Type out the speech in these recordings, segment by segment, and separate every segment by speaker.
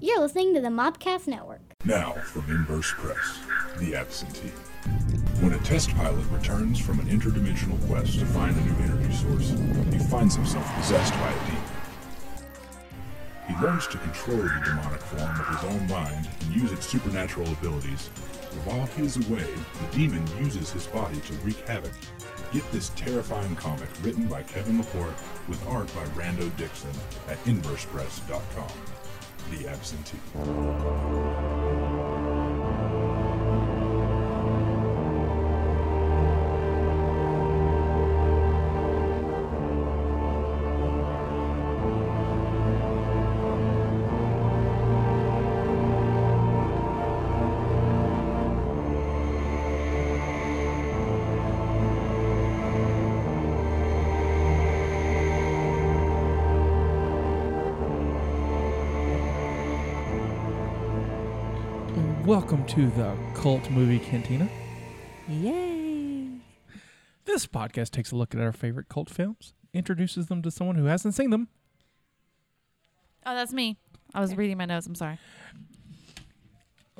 Speaker 1: You're listening to the Mobcast Network.
Speaker 2: Now from Inverse Press, The Absentee. When a test pilot returns from an interdimensional quest to find a new energy source, he finds himself possessed by a demon. He learns to control the demonic form of his own mind and use its supernatural abilities. But while he is away, the demon uses his body to wreak havoc. Get this terrifying comic written by Kevin LaPorte with art by Rando Dixon at InversePress.com. The Absentee.
Speaker 3: Welcome to the Cult Movie Cantina.
Speaker 4: Yay!
Speaker 3: This podcast takes a look at our favorite cult films, introduces them to someone who hasn't seen them,
Speaker 5: Oh, that's me. I was reading my notes. I'm sorry.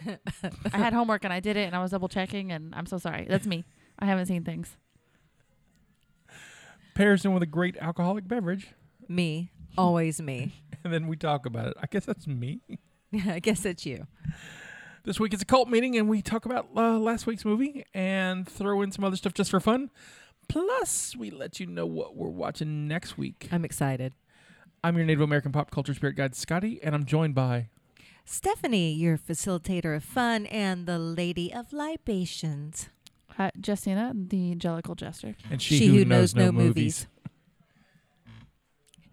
Speaker 5: I had homework and I did it and I was double checking and I'm so sorry. That's me. I haven't seen things.
Speaker 3: pairs them with a great alcoholic beverage,
Speaker 4: Me. Always me.
Speaker 3: and then we talk about it. I guess that's me.
Speaker 4: I guess it's you.
Speaker 3: This week it's a cult meeting, and we talk about uh, last week's movie and throw in some other stuff just for fun. Plus, we let you know what we're watching next week.
Speaker 4: I'm excited.
Speaker 3: I'm your Native American pop culture spirit guide, Scotty, and I'm joined by
Speaker 4: Stephanie, your facilitator of fun and the lady of libations.
Speaker 5: Uh, Justina, the Jellicle Jester.
Speaker 3: and she, who, knows, no movies,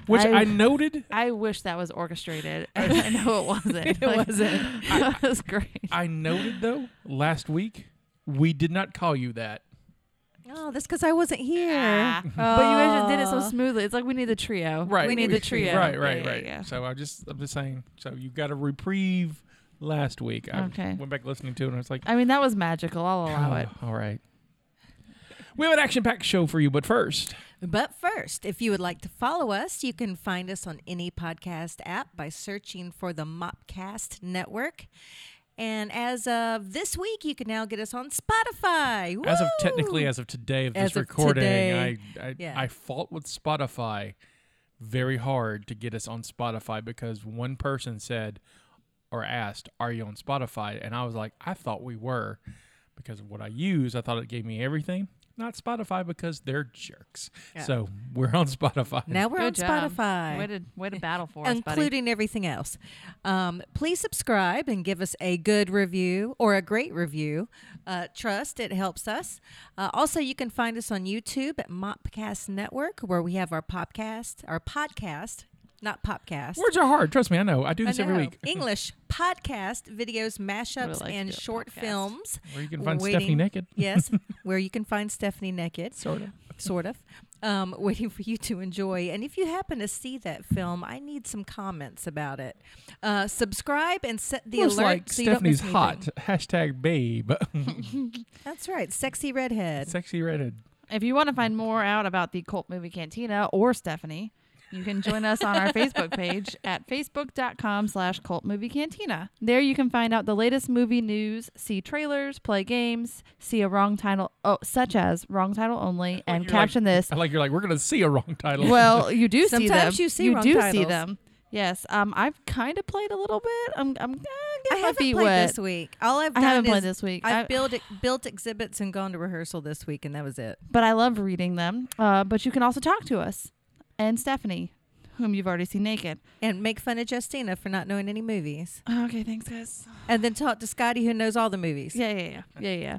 Speaker 3: which
Speaker 5: I-
Speaker 3: I noted
Speaker 5: I wish that was orchestrated. I know it wasn't.
Speaker 4: It wasn't.
Speaker 5: That was great.
Speaker 3: I noted though last week we did not call you that.
Speaker 4: Oh, that's because I wasn't here.
Speaker 5: Ah. But you guys just did it so smoothly. It's like we need the trio.
Speaker 3: Right.
Speaker 5: We need the trio.
Speaker 3: Right, right,
Speaker 5: Yeah,
Speaker 3: right.
Speaker 5: yeah,
Speaker 3: So I just I'm just saying. So you got a reprieve last week. I
Speaker 5: Okay.
Speaker 3: went back listening to it and I was like,
Speaker 5: yeah. I mean, that was magical. I'll allow it.
Speaker 3: "Oh, all right. We have an action-packed show for you, but first,
Speaker 4: But first, if you would like to follow us, you can find us on any podcast app by searching for the Mopcast Network. And as of this week, you can now get us on Spotify.
Speaker 3: as of
Speaker 4: Woo!
Speaker 3: technically as of today of
Speaker 4: As
Speaker 3: this
Speaker 4: of
Speaker 3: recording,
Speaker 4: today.
Speaker 3: I I,
Speaker 4: Yeah.
Speaker 3: I fought with Spotify very hard to get us on Spotify because one person said or asked, "Are you on Spotify?" And I was like, "I thought we were." Because of what I use, I thought it gave me everything. Not Spotify because they're jerks.
Speaker 4: Yeah.
Speaker 3: So we're on Spotify.
Speaker 4: now we're
Speaker 5: Good
Speaker 4: on
Speaker 5: job.
Speaker 4: Spotify.
Speaker 5: Way to, way to battle for us, buddy.
Speaker 4: including everything else. Um, please subscribe and give us a good review or a great review. Uh, trust it helps us. Uh, also, you can find us on YouTube at Mopcast Network, where we have our podcast, our podcast, not popcast.
Speaker 3: Words are hard. Trust me, I know. I do
Speaker 5: I
Speaker 3: this every
Speaker 5: know.
Speaker 3: week.
Speaker 4: English podcast videos, mashups,
Speaker 5: like to
Speaker 4: and
Speaker 5: do a
Speaker 4: short
Speaker 5: podcast.
Speaker 4: films.
Speaker 3: Where you can find
Speaker 4: Waiting.
Speaker 3: Stephanie naked.
Speaker 4: yes, where you can find Stephanie naked
Speaker 3: Sort of.
Speaker 4: sort of. Um, waiting for you to enjoy. And if you happen to see that film, I need some comments about it. Uh, subscribe and set the
Speaker 3: Looks
Speaker 4: alert.
Speaker 3: like
Speaker 4: so you don't miss
Speaker 3: Stephanie's
Speaker 4: anything.
Speaker 3: hot. Hashtag babe.
Speaker 4: That's right, sexy redhead.
Speaker 3: Sexy redhead.
Speaker 5: If you want to find more out about the Cult Movie Cantina or Stephanie, you can join us on our Facebook page at facebook.com slash cult movie cantina. There you can find out the latest movie news, see trailers, play games, see a wrong title, oh, such as wrong title only, and
Speaker 3: You're like-
Speaker 5: caption this.
Speaker 3: I like you're like, we're gonna see a wrong title.
Speaker 5: Well, you do see them.
Speaker 4: Sometimes you see wrong
Speaker 5: do see
Speaker 4: titles.
Speaker 5: them. Yes. Um, I've kind of played a little bit. I'm, I'm
Speaker 4: I
Speaker 5: eh, getting my
Speaker 4: haven't
Speaker 5: feet
Speaker 4: played
Speaker 5: wet.
Speaker 4: this week. All I've
Speaker 5: I
Speaker 4: done
Speaker 5: haven't
Speaker 4: is
Speaker 5: played this week.
Speaker 4: I've
Speaker 5: I-
Speaker 4: built built exhibits and gone to rehearsal this week, and that was it.
Speaker 5: but I love reading them. Uh, but you can also talk to us and Stephanie, whom you've already seen naked.
Speaker 4: And make fun of Justina for not knowing any movies,
Speaker 5: Oh, Okay, thanks, guys.
Speaker 4: and then talk to Scotty who knows all the movies.
Speaker 5: Yeah, yeah, yeah, yeah, yeah.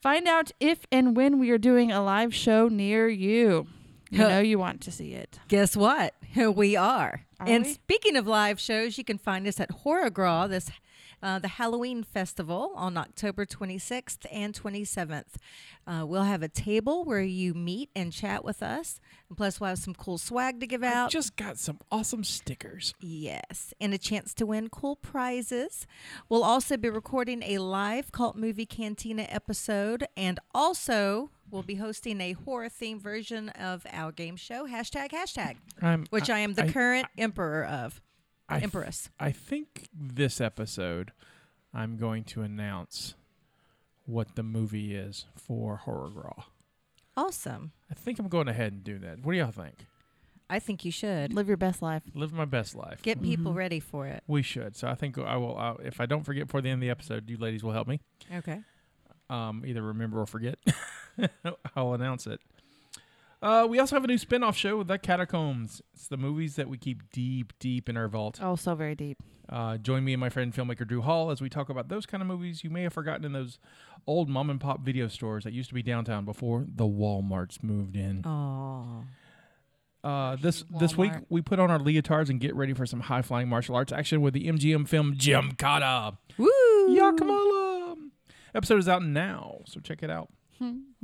Speaker 5: Find out if and when we are doing a live show near you. You
Speaker 4: Huh.
Speaker 5: know you want to see it.
Speaker 4: Guess what? We are.
Speaker 5: Are
Speaker 4: and
Speaker 5: we?
Speaker 4: speaking of live shows, you can find us at Horrorgraw, this uh, the Halloween festival on October 26th and 27th. Uh, we'll have a table where you meet and chat with us. And plus, we'll have some cool swag to give
Speaker 3: I
Speaker 4: out.
Speaker 3: just got some awesome stickers.
Speaker 4: Yes, and a chance to win cool prizes. We'll also be recording a live cult movie cantina episode, and also we'll be hosting a horror themed version of our game show. Hashtag hashtag
Speaker 3: I'm,
Speaker 4: which I, am the
Speaker 3: I-
Speaker 4: current emperor of.
Speaker 3: I th-
Speaker 4: Empress.
Speaker 3: I think this episode, I'm going to announce what the movie is for Horror Raw.
Speaker 4: Awesome.
Speaker 3: I think I'm going ahead and do that. What do y'all think?
Speaker 4: I think you should
Speaker 5: Live your best life.
Speaker 3: Live my best life.
Speaker 4: get people
Speaker 5: Mhm.
Speaker 4: ready for it.
Speaker 3: we should. So I think I will. I, if I don't forget before the end of the episode, you ladies will help me.
Speaker 4: Okay.
Speaker 3: um, either remember or forget. I'll announce it. Uh, we also have a new spin-off show, The Catacombs. It's the movies that we keep deep, deep in our vault.
Speaker 5: Oh, so very deep.
Speaker 3: Uh, join me and my friend filmmaker Drew Hall as we talk about those kind of movies you may have forgotten in those old mom and pop video stores that used to be downtown before the Walmarts moved in.
Speaker 4: Oh.
Speaker 3: Uh, this this week
Speaker 5: Walmart.
Speaker 3: we put on our leotards and get ready for some high flying martial arts action with the MGM film Jim Kata.
Speaker 4: Woo.
Speaker 3: Yakamala. Episode is out now, so check it out.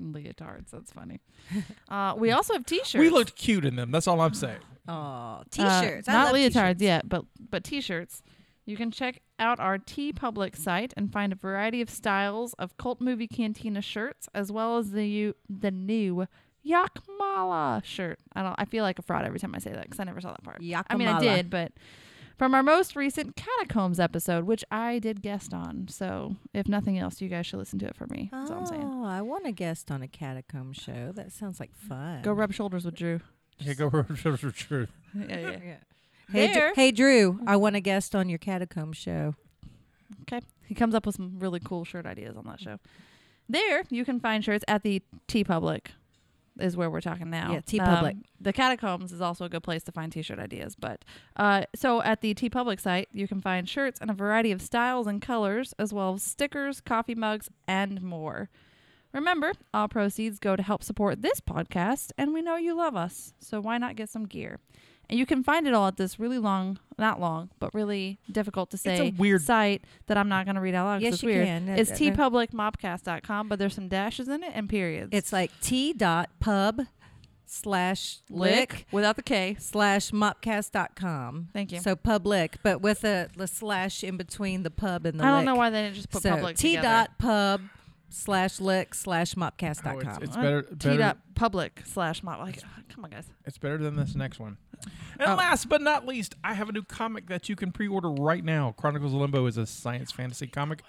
Speaker 5: Leotards. That's funny. uh, we also have t-shirts.
Speaker 3: We looked cute in them. That's all I'm saying.
Speaker 4: Oh.
Speaker 5: Uh,
Speaker 4: T-shirts. I
Speaker 5: not
Speaker 4: love
Speaker 5: leotards
Speaker 4: t-shirts.
Speaker 5: yet, but but t-shirts. You can check out our T Public site and find a variety of styles of cult movie cantina shirts, as well as the u- the new Yakmala shirt. I don't. I feel like a fraud every time I say that because I never saw that part. I mean, I
Speaker 4: Yakmala.
Speaker 5: did, but from our most recent Catacombs episode, which I did guest on. So if nothing else, you guys should listen to it for me. That's all I'm saying.
Speaker 4: Oh, I want a guest on a catacomb show. That sounds like fun.
Speaker 5: Go rub shoulders with Drew.
Speaker 3: Yeah, go for the truth.
Speaker 5: yeah, yeah.
Speaker 4: Yeah. Hey, Dr-
Speaker 5: There.
Speaker 4: hey, Drew. I want a guest on your catacomb show.
Speaker 5: Okay. He comes up with some really cool shirt ideas on that show. There, you can find shirts at the T Public, is where we're talking now.
Speaker 4: Yeah, T Public.
Speaker 5: Um, the Catacombs is also a good place to find t shirt ideas. But uh, so at the T Public site, you can find shirts in a variety of styles and colors, as well as stickers, coffee mugs, and more. Remember, all proceeds go to help support this podcast, and we know you love us, so why not get some gear? And you can find it all at this really long, not long, but really difficult to say
Speaker 3: a weird-
Speaker 5: site that I'm not going to read out loud 'cause
Speaker 4: Yes,
Speaker 5: it's
Speaker 4: you
Speaker 5: weird.
Speaker 4: can.
Speaker 5: It's
Speaker 4: Uh, uh,
Speaker 5: tpublicmobcast.com, but there's some dashes in it and periods.
Speaker 4: It's like t dot pub slash lick
Speaker 5: without the K.
Speaker 4: slash mopcast dot com.
Speaker 5: Thank you.
Speaker 4: So public, but with a the slash in between the pub and the
Speaker 5: I don't
Speaker 4: lick.
Speaker 5: know why they didn't just put
Speaker 4: so
Speaker 5: public
Speaker 4: t
Speaker 5: together.
Speaker 4: dot pub slash lick slash mopcast dot com.
Speaker 3: it's, Oh, it's
Speaker 5: Uh,
Speaker 3: better.
Speaker 5: T
Speaker 3: better
Speaker 5: dot public slash mob. Like, come on, guys.
Speaker 3: it's better than this next one. And
Speaker 5: Oh.
Speaker 3: last but not least, I have a new comic that you can pre-order right now. Chronicles of Limbo is a science fantasy comic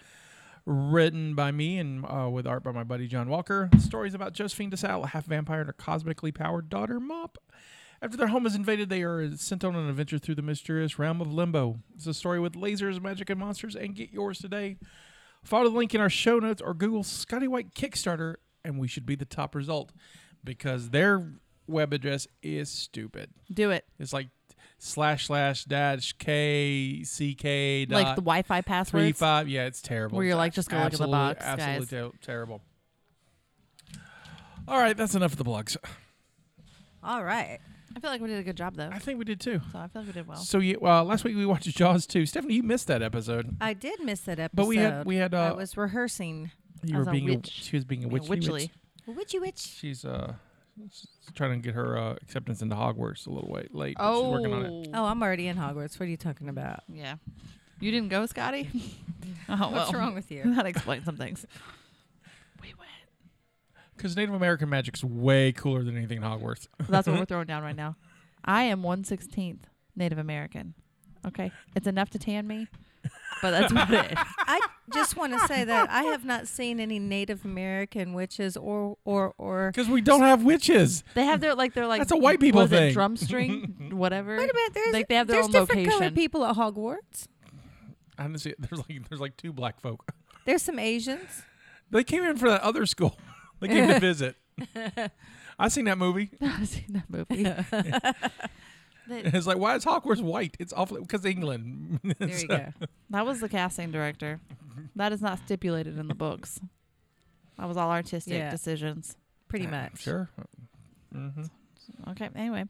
Speaker 3: written by me and uh, with art by my buddy John Walker. Stories about Josephine DeSalle, a half vampire and her cosmically powered daughter Mop. After their home is invaded, they are sent on an adventure through the mysterious realm of Limbo. It's a story with lasers, magic, and monsters. And get yours today. Follow the link in our show notes or Google Scotty White Kickstarter, and we should be the top result because their web address is stupid.
Speaker 5: Do it.
Speaker 3: It's like slash slash dash k c k dot
Speaker 5: like the Wi Fi
Speaker 3: three
Speaker 5: passwords.
Speaker 3: five. Yeah, it's terrible.
Speaker 5: Where you're
Speaker 3: It's
Speaker 5: like, just go look at the
Speaker 3: absolutely-
Speaker 5: box,
Speaker 3: Absolutely ter- terrible. All right, that's enough of the blogs.
Speaker 4: All right.
Speaker 5: I feel like we did a good job, though.
Speaker 3: I think we did too.
Speaker 5: So I feel like we did well.
Speaker 3: So you, uh, last week we watched Jaws two. Stephanie, you missed that episode,
Speaker 4: I did miss that episode.
Speaker 3: but we had we had
Speaker 4: I
Speaker 3: uh,
Speaker 4: was rehearsing.
Speaker 3: you were
Speaker 5: I was a
Speaker 3: being
Speaker 5: witch.
Speaker 3: she was being a
Speaker 5: Being
Speaker 3: witchy.
Speaker 5: a
Speaker 3: witch.
Speaker 5: witchy.
Speaker 4: Would you witch?
Speaker 3: She's uh s- trying to get her uh, acceptance into Hogwarts a little late. Late. but she's working on it.
Speaker 4: Oh, I'm already in Hogwarts. What are you talking about?
Speaker 5: Yeah. You didn't go, Scotty? oh, well.
Speaker 4: What's wrong with you?
Speaker 5: That explains some things. We went.
Speaker 3: Because Native American magic's way cooler than anything in Hogwarts.
Speaker 5: That's what we're throwing down right now. I am 116th Native American. Okay. It's enough to tan me, but that's about it.
Speaker 4: I just want to say that I have not seen any Native American witches or or or.
Speaker 3: Because we don't have witches.
Speaker 5: They have their, like, they're like,
Speaker 3: That's a white people
Speaker 5: was
Speaker 3: thing.
Speaker 5: It drum string, whatever.
Speaker 4: Wait a minute, there's
Speaker 5: Like, they have their
Speaker 4: there's
Speaker 5: own
Speaker 4: different
Speaker 5: location.
Speaker 4: colored people at Hogwarts.
Speaker 3: I didn't see it. There's like there's like two black folk.
Speaker 4: There's some Asians.
Speaker 3: They came in for that other school. They came to visit. I seen that movie.
Speaker 5: I've seen that movie. that,
Speaker 3: It's like why is Hogwarts white? It's awful because England.
Speaker 4: There you go.
Speaker 5: that was the casting director. That is not stipulated in the books. That was all artistic
Speaker 4: Yeah.
Speaker 5: decisions.
Speaker 4: Pretty much.
Speaker 3: Sure. hmm
Speaker 5: Okay. Anyway,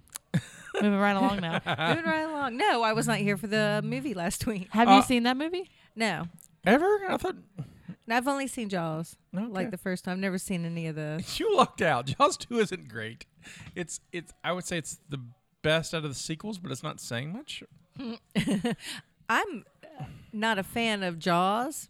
Speaker 5: moving right along now.
Speaker 4: Moving right along. No, I was not here for the movie last week.
Speaker 5: Have
Speaker 3: Uh,
Speaker 5: you seen that movie?
Speaker 4: No,
Speaker 3: Ever? I thought
Speaker 4: And I've only seen Jaws
Speaker 3: no.
Speaker 4: like
Speaker 3: okay.
Speaker 4: the first time. I've never seen any of the.
Speaker 3: you lucked out. Jaws two isn't great. It's it's. I would say it's the best out of the sequels, but it's not saying much.
Speaker 4: I'm not a fan of Jaws,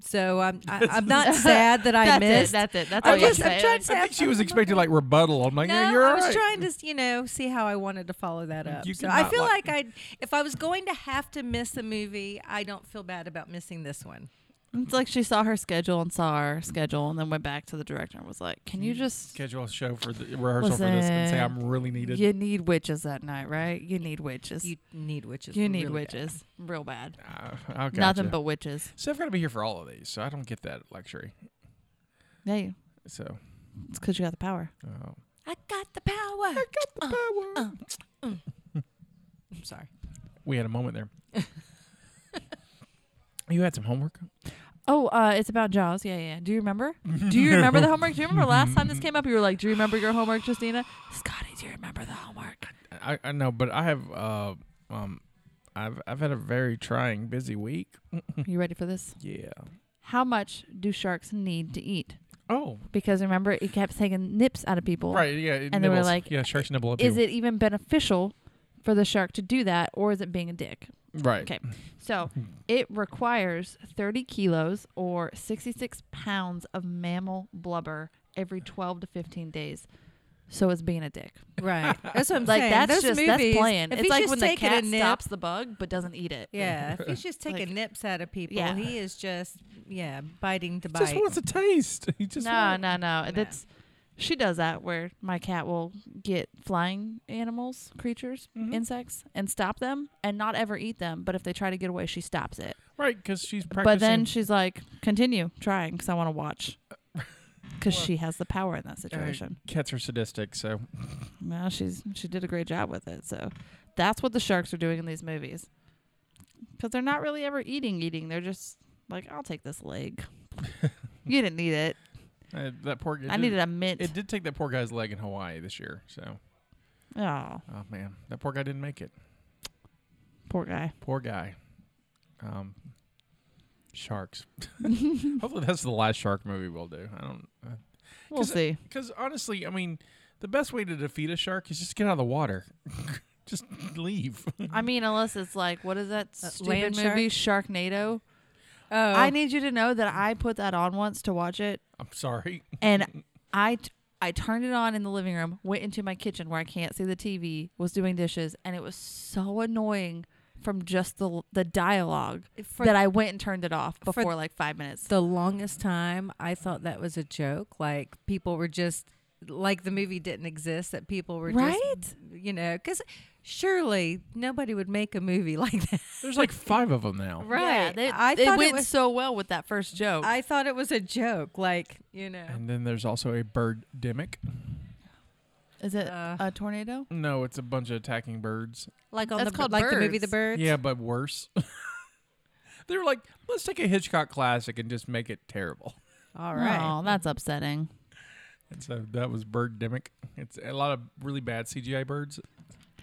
Speaker 4: So I'm I, I'm not sad that I
Speaker 5: that's
Speaker 4: missed.
Speaker 5: it. That's it. That's all
Speaker 4: I'm
Speaker 5: you have
Speaker 4: just
Speaker 5: to
Speaker 4: I'm
Speaker 5: say.
Speaker 4: trying to say
Speaker 3: I think she was expecting like rebuttal. I'm like,
Speaker 4: No,
Speaker 3: yeah, you're
Speaker 4: I
Speaker 3: all
Speaker 4: was
Speaker 3: right.
Speaker 4: trying to, you know, see how I wanted to follow that up.
Speaker 3: You
Speaker 4: So
Speaker 3: could
Speaker 4: I
Speaker 3: not
Speaker 4: feel
Speaker 3: like-
Speaker 4: like I, if I was going to have to miss a movie, I don't feel bad about missing this one.
Speaker 5: It's like she saw her schedule and saw our schedule and then went back to the director and was like, Mm. Can you just
Speaker 3: schedule a show for the rehearsal for this and say
Speaker 5: Listen,
Speaker 3: I'm really needed.
Speaker 5: You need witches that night, right? You need witches.
Speaker 4: You
Speaker 5: You,
Speaker 4: need witches.
Speaker 5: need
Speaker 4: really bad.
Speaker 5: witches. Real bad.
Speaker 3: Uh, I gotcha.
Speaker 5: Nothing but witches.
Speaker 3: So I've got to be here for all of these, so I don't get that luxury.
Speaker 5: Hey,
Speaker 3: So,
Speaker 5: it's because you got the power.
Speaker 3: uh,
Speaker 4: I got the power. I
Speaker 5: Oh,
Speaker 4: got
Speaker 5: Uh,
Speaker 4: the power. I'm sorry.
Speaker 3: we had a moment there. you had some homework.
Speaker 5: Oh, uh, it's about Jaws. Yeah, yeah. Do you remember? Do you remember the homework? Do you remember last time this came up? You were like, Do you remember your homework, Justina? Scotty, do you remember the homework?
Speaker 3: I, I know, but I have uh, um, I've I've had a very trying, busy week.
Speaker 5: you ready for this?
Speaker 3: Yeah.
Speaker 5: How much do sharks need to eat?
Speaker 3: Oh,
Speaker 5: Because remember, it kept taking nips out of people.
Speaker 3: right. Yeah. It
Speaker 5: And they were
Speaker 3: nibbles.
Speaker 5: like,
Speaker 3: yeah, sharks nibble at
Speaker 5: Is
Speaker 3: people.
Speaker 5: it even beneficial for the shark to do that, or is it being a dick?
Speaker 3: right?
Speaker 5: Okay. So it requires 30 kilos or 66 pounds of mammal blubber every 12 to 15 days. So it's being a dick.
Speaker 4: Right. That's what I'm
Speaker 5: Like
Speaker 4: saying.
Speaker 5: that's
Speaker 4: Those
Speaker 5: just
Speaker 4: movies,
Speaker 5: that's playing.
Speaker 4: If
Speaker 5: It's
Speaker 4: he's
Speaker 5: like
Speaker 4: just
Speaker 5: when the
Speaker 4: taking
Speaker 5: cat
Speaker 4: a nip,
Speaker 5: stops the bug but doesn't eat it.
Speaker 4: Yeah, if he's just taking nips out of people,
Speaker 5: Yeah.
Speaker 4: he is just yeah biting to
Speaker 3: He Just
Speaker 4: bite.
Speaker 3: wants a taste. He just
Speaker 5: No,
Speaker 3: wants-
Speaker 5: no, no.
Speaker 4: Nah.
Speaker 5: That's she does that where my cat will get flying animals, creatures,
Speaker 3: Mhm.
Speaker 5: insects, and stop them and not ever eat them. But if they try to get away, she stops it.
Speaker 3: Right, because she's practicing.
Speaker 5: But then she's like, continue trying because I want to watch. Because she has the power in that situation.
Speaker 3: cats are sadistic, so
Speaker 5: Well, she's she did a great job with it. So that's what the sharks are doing in these movies. Because they're not really ever eating, eating. They're just like, I'll take this leg. you didn't need it.
Speaker 3: uh, that poor. It
Speaker 5: I
Speaker 3: did,
Speaker 5: needed a mint.
Speaker 3: It did take that poor guy's leg in Hawaii this year. So,
Speaker 5: oh,
Speaker 3: oh man, that poor guy didn't make it.
Speaker 5: poor guy.
Speaker 3: Poor guy. Um, sharks. Hopefully, that's the last shark movie we'll do. I don't. uh,
Speaker 5: We'll
Speaker 3: 'Cause it-
Speaker 5: see.
Speaker 3: Because honestly, I mean, the best way to defeat a shark is just get out of the water. just leave.
Speaker 5: I mean, unless it's like, what is that
Speaker 4: Uh, Land
Speaker 5: stupid movie, Sharknado?
Speaker 4: Oh,
Speaker 5: I need you to know that I put that on once to watch it,
Speaker 3: I'm sorry.
Speaker 5: and I t- I turned it on in the living room, went into my kitchen where I can't see the TV, was doing dishes, and it was so annoying from just the the dialogue
Speaker 4: for
Speaker 5: that I went and turned it off
Speaker 4: for-
Speaker 5: before like five minutes.
Speaker 4: the longest time I thought that was a joke. Like people were just like the movie didn't exist. That people were just you know because surely nobody would make a movie like that.
Speaker 3: There's like five of them now.
Speaker 5: Yeah, they-
Speaker 4: I
Speaker 5: it
Speaker 4: thought
Speaker 5: went
Speaker 4: it was.
Speaker 5: so well with that first joke.
Speaker 4: I thought it was a joke. Like you know.
Speaker 3: And then there's also a birdemic.
Speaker 5: is it
Speaker 4: Uh,
Speaker 5: a tornado?
Speaker 3: No, it's a bunch of attacking birds.
Speaker 4: like on
Speaker 5: That's
Speaker 4: the
Speaker 5: called
Speaker 4: like the movie The
Speaker 5: Birds.
Speaker 4: Birds.
Speaker 3: Yeah, but worse. they were like, let's take a Hitchcock classic and just make it terrible.
Speaker 4: All right.
Speaker 5: Oh, that's upsetting.
Speaker 3: And so that was Birdemic. It's a lot of really bad CGI birds.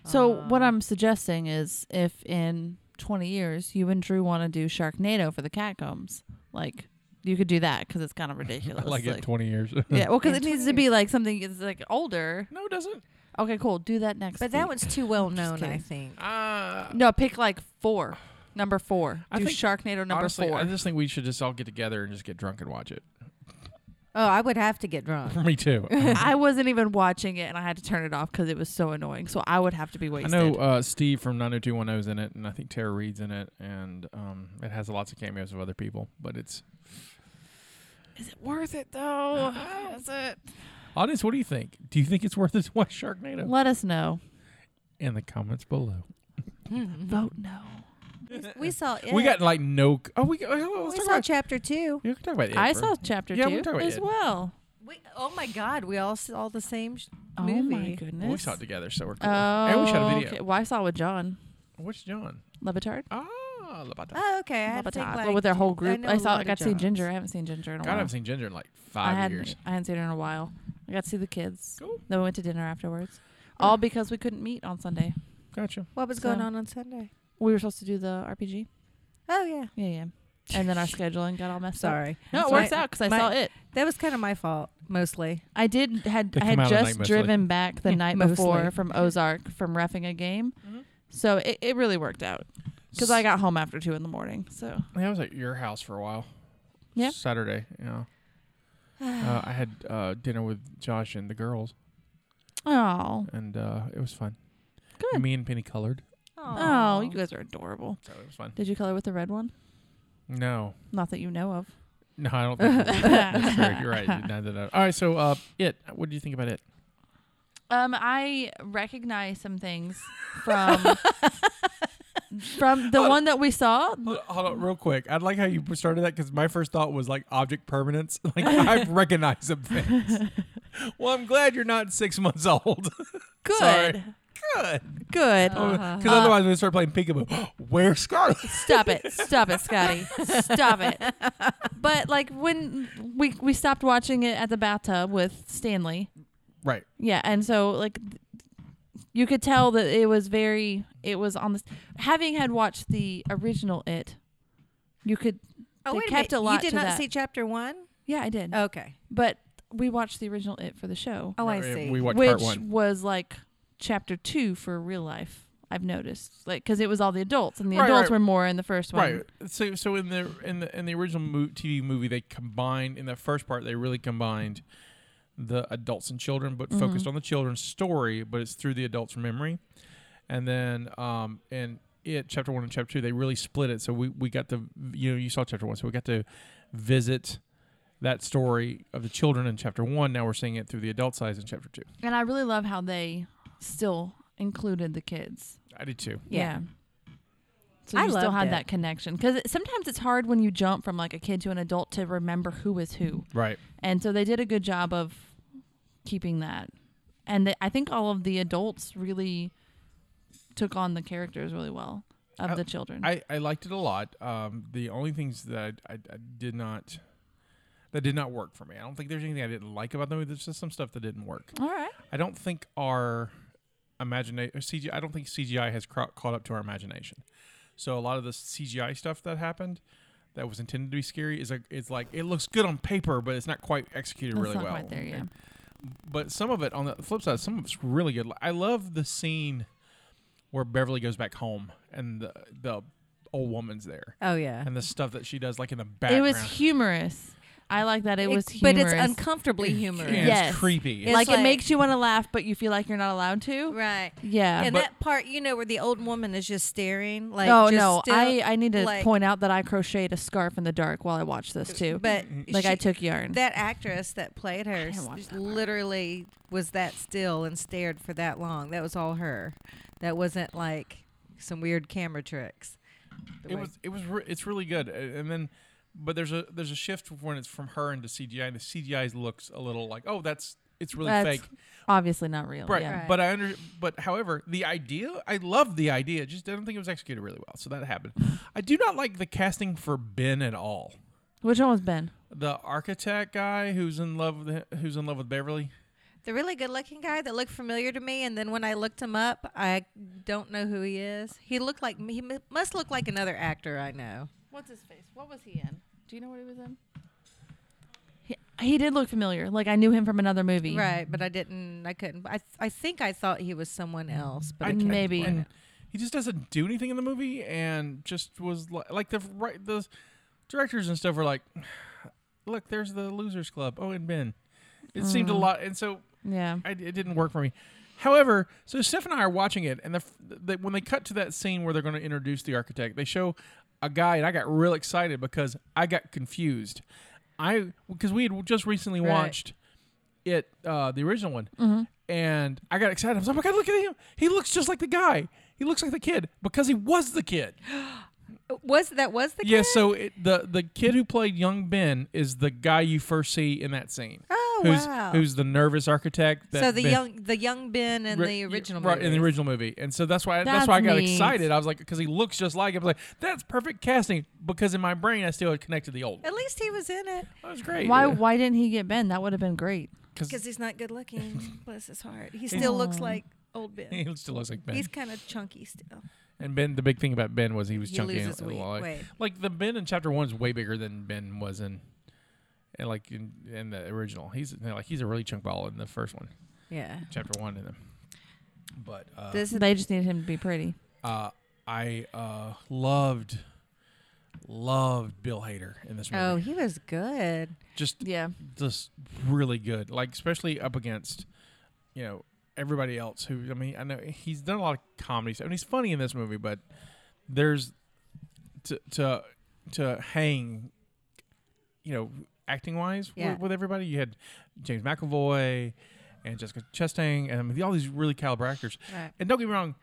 Speaker 5: So what
Speaker 4: Um,
Speaker 5: I'm suggesting is, if in 20 years you and Drew want to do Sharknado for the Catcombs, like you could do that because it's kind of ridiculous.
Speaker 3: like it 20 years.
Speaker 5: yeah, well, because
Speaker 4: In
Speaker 5: it needs
Speaker 4: 20
Speaker 5: to be like something that's like older.
Speaker 3: no, it doesn't.
Speaker 5: Okay, cool. Do that next.
Speaker 4: But that
Speaker 5: week.
Speaker 4: one's too well
Speaker 5: Just
Speaker 4: known, I
Speaker 5: kidding.
Speaker 4: think.
Speaker 3: Uh,
Speaker 5: no, pick like four. Number four.
Speaker 3: I
Speaker 5: do
Speaker 3: think-
Speaker 5: Sharknado number
Speaker 3: honestly,
Speaker 5: four.
Speaker 3: I just think we should just all get together and just get drunk and watch it.
Speaker 4: Oh, I would have to get drunk.
Speaker 3: Me too.
Speaker 5: I wasn't even watching it, and I had to turn it off because it was so annoying. So I would have to be
Speaker 3: I
Speaker 5: wasted.
Speaker 3: know uh, Steve from 90210 is in it, and I think Tara Reed's in it, and um, it has lots of cameos of other people. But it's
Speaker 5: Is it worth it though? Is it?
Speaker 3: audience. What do you think? Do you think it's worth it to watch Sharknado?
Speaker 5: Let us know.
Speaker 3: In the comments below.
Speaker 5: Vote no.
Speaker 4: we saw it.
Speaker 3: We got like no. c- Oh, we. Oh, let's
Speaker 4: we
Speaker 3: talk
Speaker 4: saw
Speaker 3: about.
Speaker 4: chapter two.
Speaker 3: you can talk about it.
Speaker 5: I
Speaker 3: for-
Speaker 5: saw chapter
Speaker 3: Yeah, we
Speaker 5: two
Speaker 3: can talk about
Speaker 5: as
Speaker 3: it.
Speaker 5: well.
Speaker 4: We, oh my God, we all saw the same sh-
Speaker 5: Oh
Speaker 4: movie.
Speaker 5: my
Speaker 3: Well,
Speaker 5: goodness.
Speaker 3: we saw it together, so we're cool.
Speaker 5: Oh,
Speaker 3: and we shot a video.
Speaker 5: okay. Well, I saw it with John
Speaker 3: Which John?
Speaker 5: Levitard.
Speaker 3: Ah, Labata.
Speaker 4: Oh, okay. I had to think,
Speaker 5: Levitard.
Speaker 4: like,
Speaker 5: Well, with their whole group.
Speaker 4: know
Speaker 5: I,
Speaker 4: a
Speaker 5: saw.
Speaker 4: lot
Speaker 5: I
Speaker 4: of
Speaker 5: got to see
Speaker 4: Johns.
Speaker 5: Ginger. I haven't seen Ginger in a
Speaker 3: God, I
Speaker 5: while.
Speaker 3: haven't seen Ginger in like
Speaker 5: I
Speaker 3: five
Speaker 5: hadn't.
Speaker 3: years.
Speaker 5: I hadn't seen her in a while. I got to see the kids.
Speaker 3: Cool.
Speaker 5: Then we went to dinner afterwards. All because we couldn't meet on Sunday.
Speaker 3: Gotcha.
Speaker 4: What was
Speaker 5: So-
Speaker 4: going on on Sunday?
Speaker 5: We were supposed to do the RPG.
Speaker 4: Oh yeah.
Speaker 5: Yeah, yeah. And then our scheduling got all messed up.
Speaker 4: Sorry.
Speaker 5: No, it
Speaker 4: That's
Speaker 5: works
Speaker 4: my-
Speaker 5: out because I
Speaker 4: my-
Speaker 5: saw it.
Speaker 4: That was kind of my fault mostly.
Speaker 5: I did had
Speaker 3: They
Speaker 5: I
Speaker 3: come
Speaker 5: had
Speaker 3: out at night
Speaker 5: just
Speaker 3: mostly.
Speaker 5: driven back the night before
Speaker 4: Mostly.
Speaker 5: from Ozark from refing a game,
Speaker 3: Mm-hmm.
Speaker 5: so it, it really worked out because I got home after two in the morning. So
Speaker 3: I was at your house for a while.
Speaker 5: Yeah.
Speaker 3: Saturday. Yeah. Uh, I had uh, dinner with Josh and the girls,
Speaker 5: Oh,
Speaker 3: and uh, it was fun.
Speaker 5: Good.
Speaker 3: Me and Penny colored,
Speaker 5: oh, you guys are adorable.
Speaker 3: so it was fun.
Speaker 5: Did you color with the red one?
Speaker 3: No,
Speaker 5: Not that you know of.
Speaker 3: no, I don't think that's true. You're right. Now that I- All right, so uh, it. What do you think about it?
Speaker 5: Um, I recognize some things from Oh. from the one that we saw.
Speaker 3: Hold hold on, real quick. I'd like how you started that because my first thought was like object permanence. Like I recognize some things. well, I'm glad you're not six months old.
Speaker 5: Good,
Speaker 3: Sorry. Good,
Speaker 5: good. Uh-huh.
Speaker 4: Uh-huh.
Speaker 3: because otherwise we start playing peekaboo. Where's Scarlet?
Speaker 5: Stop it! Stop it, Scotty! Stop it! But like when we we stopped watching it at the bathtub with Stanley,
Speaker 3: Right.
Speaker 5: Yeah, and so like th- you could tell that it was very it was on this having had watched the original it you could
Speaker 4: Oh,
Speaker 5: They
Speaker 4: wait a
Speaker 5: kept
Speaker 4: minute.
Speaker 5: a lot
Speaker 4: you did
Speaker 5: to
Speaker 4: not
Speaker 5: that.
Speaker 4: see chapter one?
Speaker 5: yeah I did
Speaker 4: Okay.
Speaker 5: but we watched the original it for the show
Speaker 4: Oh, I
Speaker 3: Right,
Speaker 4: see.
Speaker 3: We watched
Speaker 5: which
Speaker 3: part one.
Speaker 5: was like chapter 2 for real life I've noticed like cuz it was all the adults and the
Speaker 3: Right,
Speaker 5: adults
Speaker 3: right.
Speaker 5: were more in the first one
Speaker 3: Right. So, so in the in the in the original mo- TV movie, they combined in the first part. They really combined the adults and children, but focused on the children's story. But it's through the adults' memory. And then, um, in it chapter one and chapter two, they really split it. So we we got to you know you saw chapter one, so we got to visit that story of the children in chapter one. Now we're seeing it through the adult eyes in chapter two.
Speaker 5: and I really love how they still included the kids
Speaker 3: I did too.
Speaker 5: Yeah.
Speaker 4: Yeah.
Speaker 5: So
Speaker 4: I
Speaker 5: you still
Speaker 4: loved
Speaker 5: had
Speaker 4: it.
Speaker 5: that connection because it, sometimes it's hard when you jump from like a kid to an adult to remember who is who,
Speaker 3: Right.
Speaker 5: and so they did a good job of keeping that, and they, I think all of the adults really took on the characters really well of
Speaker 3: I-
Speaker 5: the children.
Speaker 3: Uh, I, I liked it a lot. Um, the only things that I, I, I did not that did not work for me. I don't think there's anything I didn't like about the movie. There's just some stuff that didn't work.
Speaker 5: all right,
Speaker 3: I don't think our imagination CGI. I don't think CGI has cro- caught up to our imagination. So a lot of the CGI stuff that happened that was intended to be scary is like it's like it looks good on paper, but it's not quite executed
Speaker 5: It's
Speaker 3: really
Speaker 5: not
Speaker 3: well.
Speaker 5: quite there, yeah.
Speaker 3: And- But some of it on the flip side, some of it's really good. I love the scene where Beverly goes back home and the the old woman's there
Speaker 4: Oh, yeah.
Speaker 3: and the stuff that she does like in the
Speaker 5: it
Speaker 3: background.
Speaker 5: was humorous. I like that it, was
Speaker 4: but
Speaker 5: humorous,
Speaker 4: it's uncomfortably humorous.
Speaker 3: And
Speaker 5: Yes.
Speaker 3: It's creepy.
Speaker 4: It's
Speaker 5: like, it
Speaker 4: like-
Speaker 5: makes you want to laugh, but you feel like you're not allowed to.
Speaker 4: Right.
Speaker 5: Yeah.
Speaker 4: and
Speaker 3: But-
Speaker 4: that part, you know, where the old woman is just staring, like
Speaker 5: oh
Speaker 4: just
Speaker 5: no,
Speaker 4: still-
Speaker 5: I I need to
Speaker 4: like-
Speaker 5: point out that I crocheted a scarf in the dark while I watched this too.
Speaker 4: but
Speaker 3: Mm-hmm.
Speaker 5: like I
Speaker 4: she-
Speaker 5: took yarn.
Speaker 4: that actress that played her
Speaker 5: didn't
Speaker 4: s-
Speaker 5: watch that part.
Speaker 4: literally was that still and stared for that long. That was all her. That wasn't like some weird camera tricks. The
Speaker 3: it
Speaker 4: way-
Speaker 3: was it was re- it's really good A- and then but there's a there's a shift when it's from her into CGI and the CGI looks a little like oh that's it's really
Speaker 5: That's
Speaker 3: fake
Speaker 5: obviously not real.
Speaker 3: right.
Speaker 5: Yeah.
Speaker 3: but I under but however the idea I love the idea just I don't think it was executed really well so that happened I do not like the casting for Ben at all
Speaker 5: Which one was Ben?
Speaker 3: the architect guy who's in love with who's in love with Beverly
Speaker 4: the really good-looking guy that looked familiar to me, and then when I looked him up, I don't know who he is. He looked like he mu- must look like another actor I know.
Speaker 5: What's his face? What was he in? Do you know what he was in? He, he did look familiar. Like I knew him from another movie.
Speaker 4: Right, but I didn't. I couldn't. I I think I thought he was someone else, but I,
Speaker 3: I
Speaker 4: couldn't
Speaker 5: maybe.
Speaker 4: find
Speaker 3: and
Speaker 4: it.
Speaker 3: he just doesn't do anything in the movie and just was like, like the right the directors and stuff were like look there's the losers club oh and ben it seemed a lot and so
Speaker 5: Yeah.
Speaker 3: I, it didn't work for me however so steph and i are watching it and the, f- the, when they cut to that scene where they're going to introduce the architect they show a guy and i got real excited because i got confused i because we had just recently
Speaker 4: Right. Mm-hmm.
Speaker 3: watched it uh, the original one and I got excited. I was like, "Oh my god, look at him! He looks just like the guy. He looks like the kid because he was the kid."
Speaker 4: Was that was the
Speaker 3: Yeah.
Speaker 4: kid?
Speaker 3: So it, the the kid who played young Ben is the guy you first see in that scene.
Speaker 4: Oh
Speaker 3: who's,
Speaker 4: wow.
Speaker 3: Who's the nervous architect? That
Speaker 4: so the
Speaker 3: Ben-
Speaker 4: young the young Ben in
Speaker 3: Ri-
Speaker 4: the original
Speaker 3: right in the
Speaker 4: movies.
Speaker 3: original movie, and so that's why that's,
Speaker 5: That's
Speaker 3: why I got
Speaker 5: neat.
Speaker 3: excited. I was like, because he looks just like him. I was like, that's perfect casting because in my brain I still had connected the old.
Speaker 4: At least he was in it.
Speaker 3: That was great.
Speaker 5: Why
Speaker 3: Yeah.
Speaker 5: why didn't he get Ben? That would have been great.
Speaker 4: Because he's not good looking. Bless his heart. He still looks like old Ben.
Speaker 3: he still looks like Ben.
Speaker 4: He's kind of chunky still.
Speaker 3: and Ben, the big thing about Ben was he was
Speaker 4: He
Speaker 3: chunky.
Speaker 4: loses
Speaker 3: and,
Speaker 4: weight.
Speaker 3: like,
Speaker 4: weight.
Speaker 3: like the Ben in chapter one is way bigger than Ben was in, and like in, in the original. He's like he's a really chunk ball in the first one,
Speaker 4: Yeah.
Speaker 3: chapter one in them. But uh,
Speaker 4: This is
Speaker 5: They just needed him to be pretty.
Speaker 3: uh, I uh, loved Loved Bill Hader in this movie.
Speaker 4: Oh, he was good.
Speaker 3: just
Speaker 5: Yeah.
Speaker 3: just really good. Like especially up against, you know, everybody else who I mean, I know he's done a lot of comedy stuff and he's funny in this movie, but there's to to to hang, you know, acting wise
Speaker 4: Yeah.
Speaker 3: with, with everybody. You had James McAvoy and Jessica Chastain and I mean, all these really caliber actors.
Speaker 4: Right.
Speaker 3: And don't get me wrong,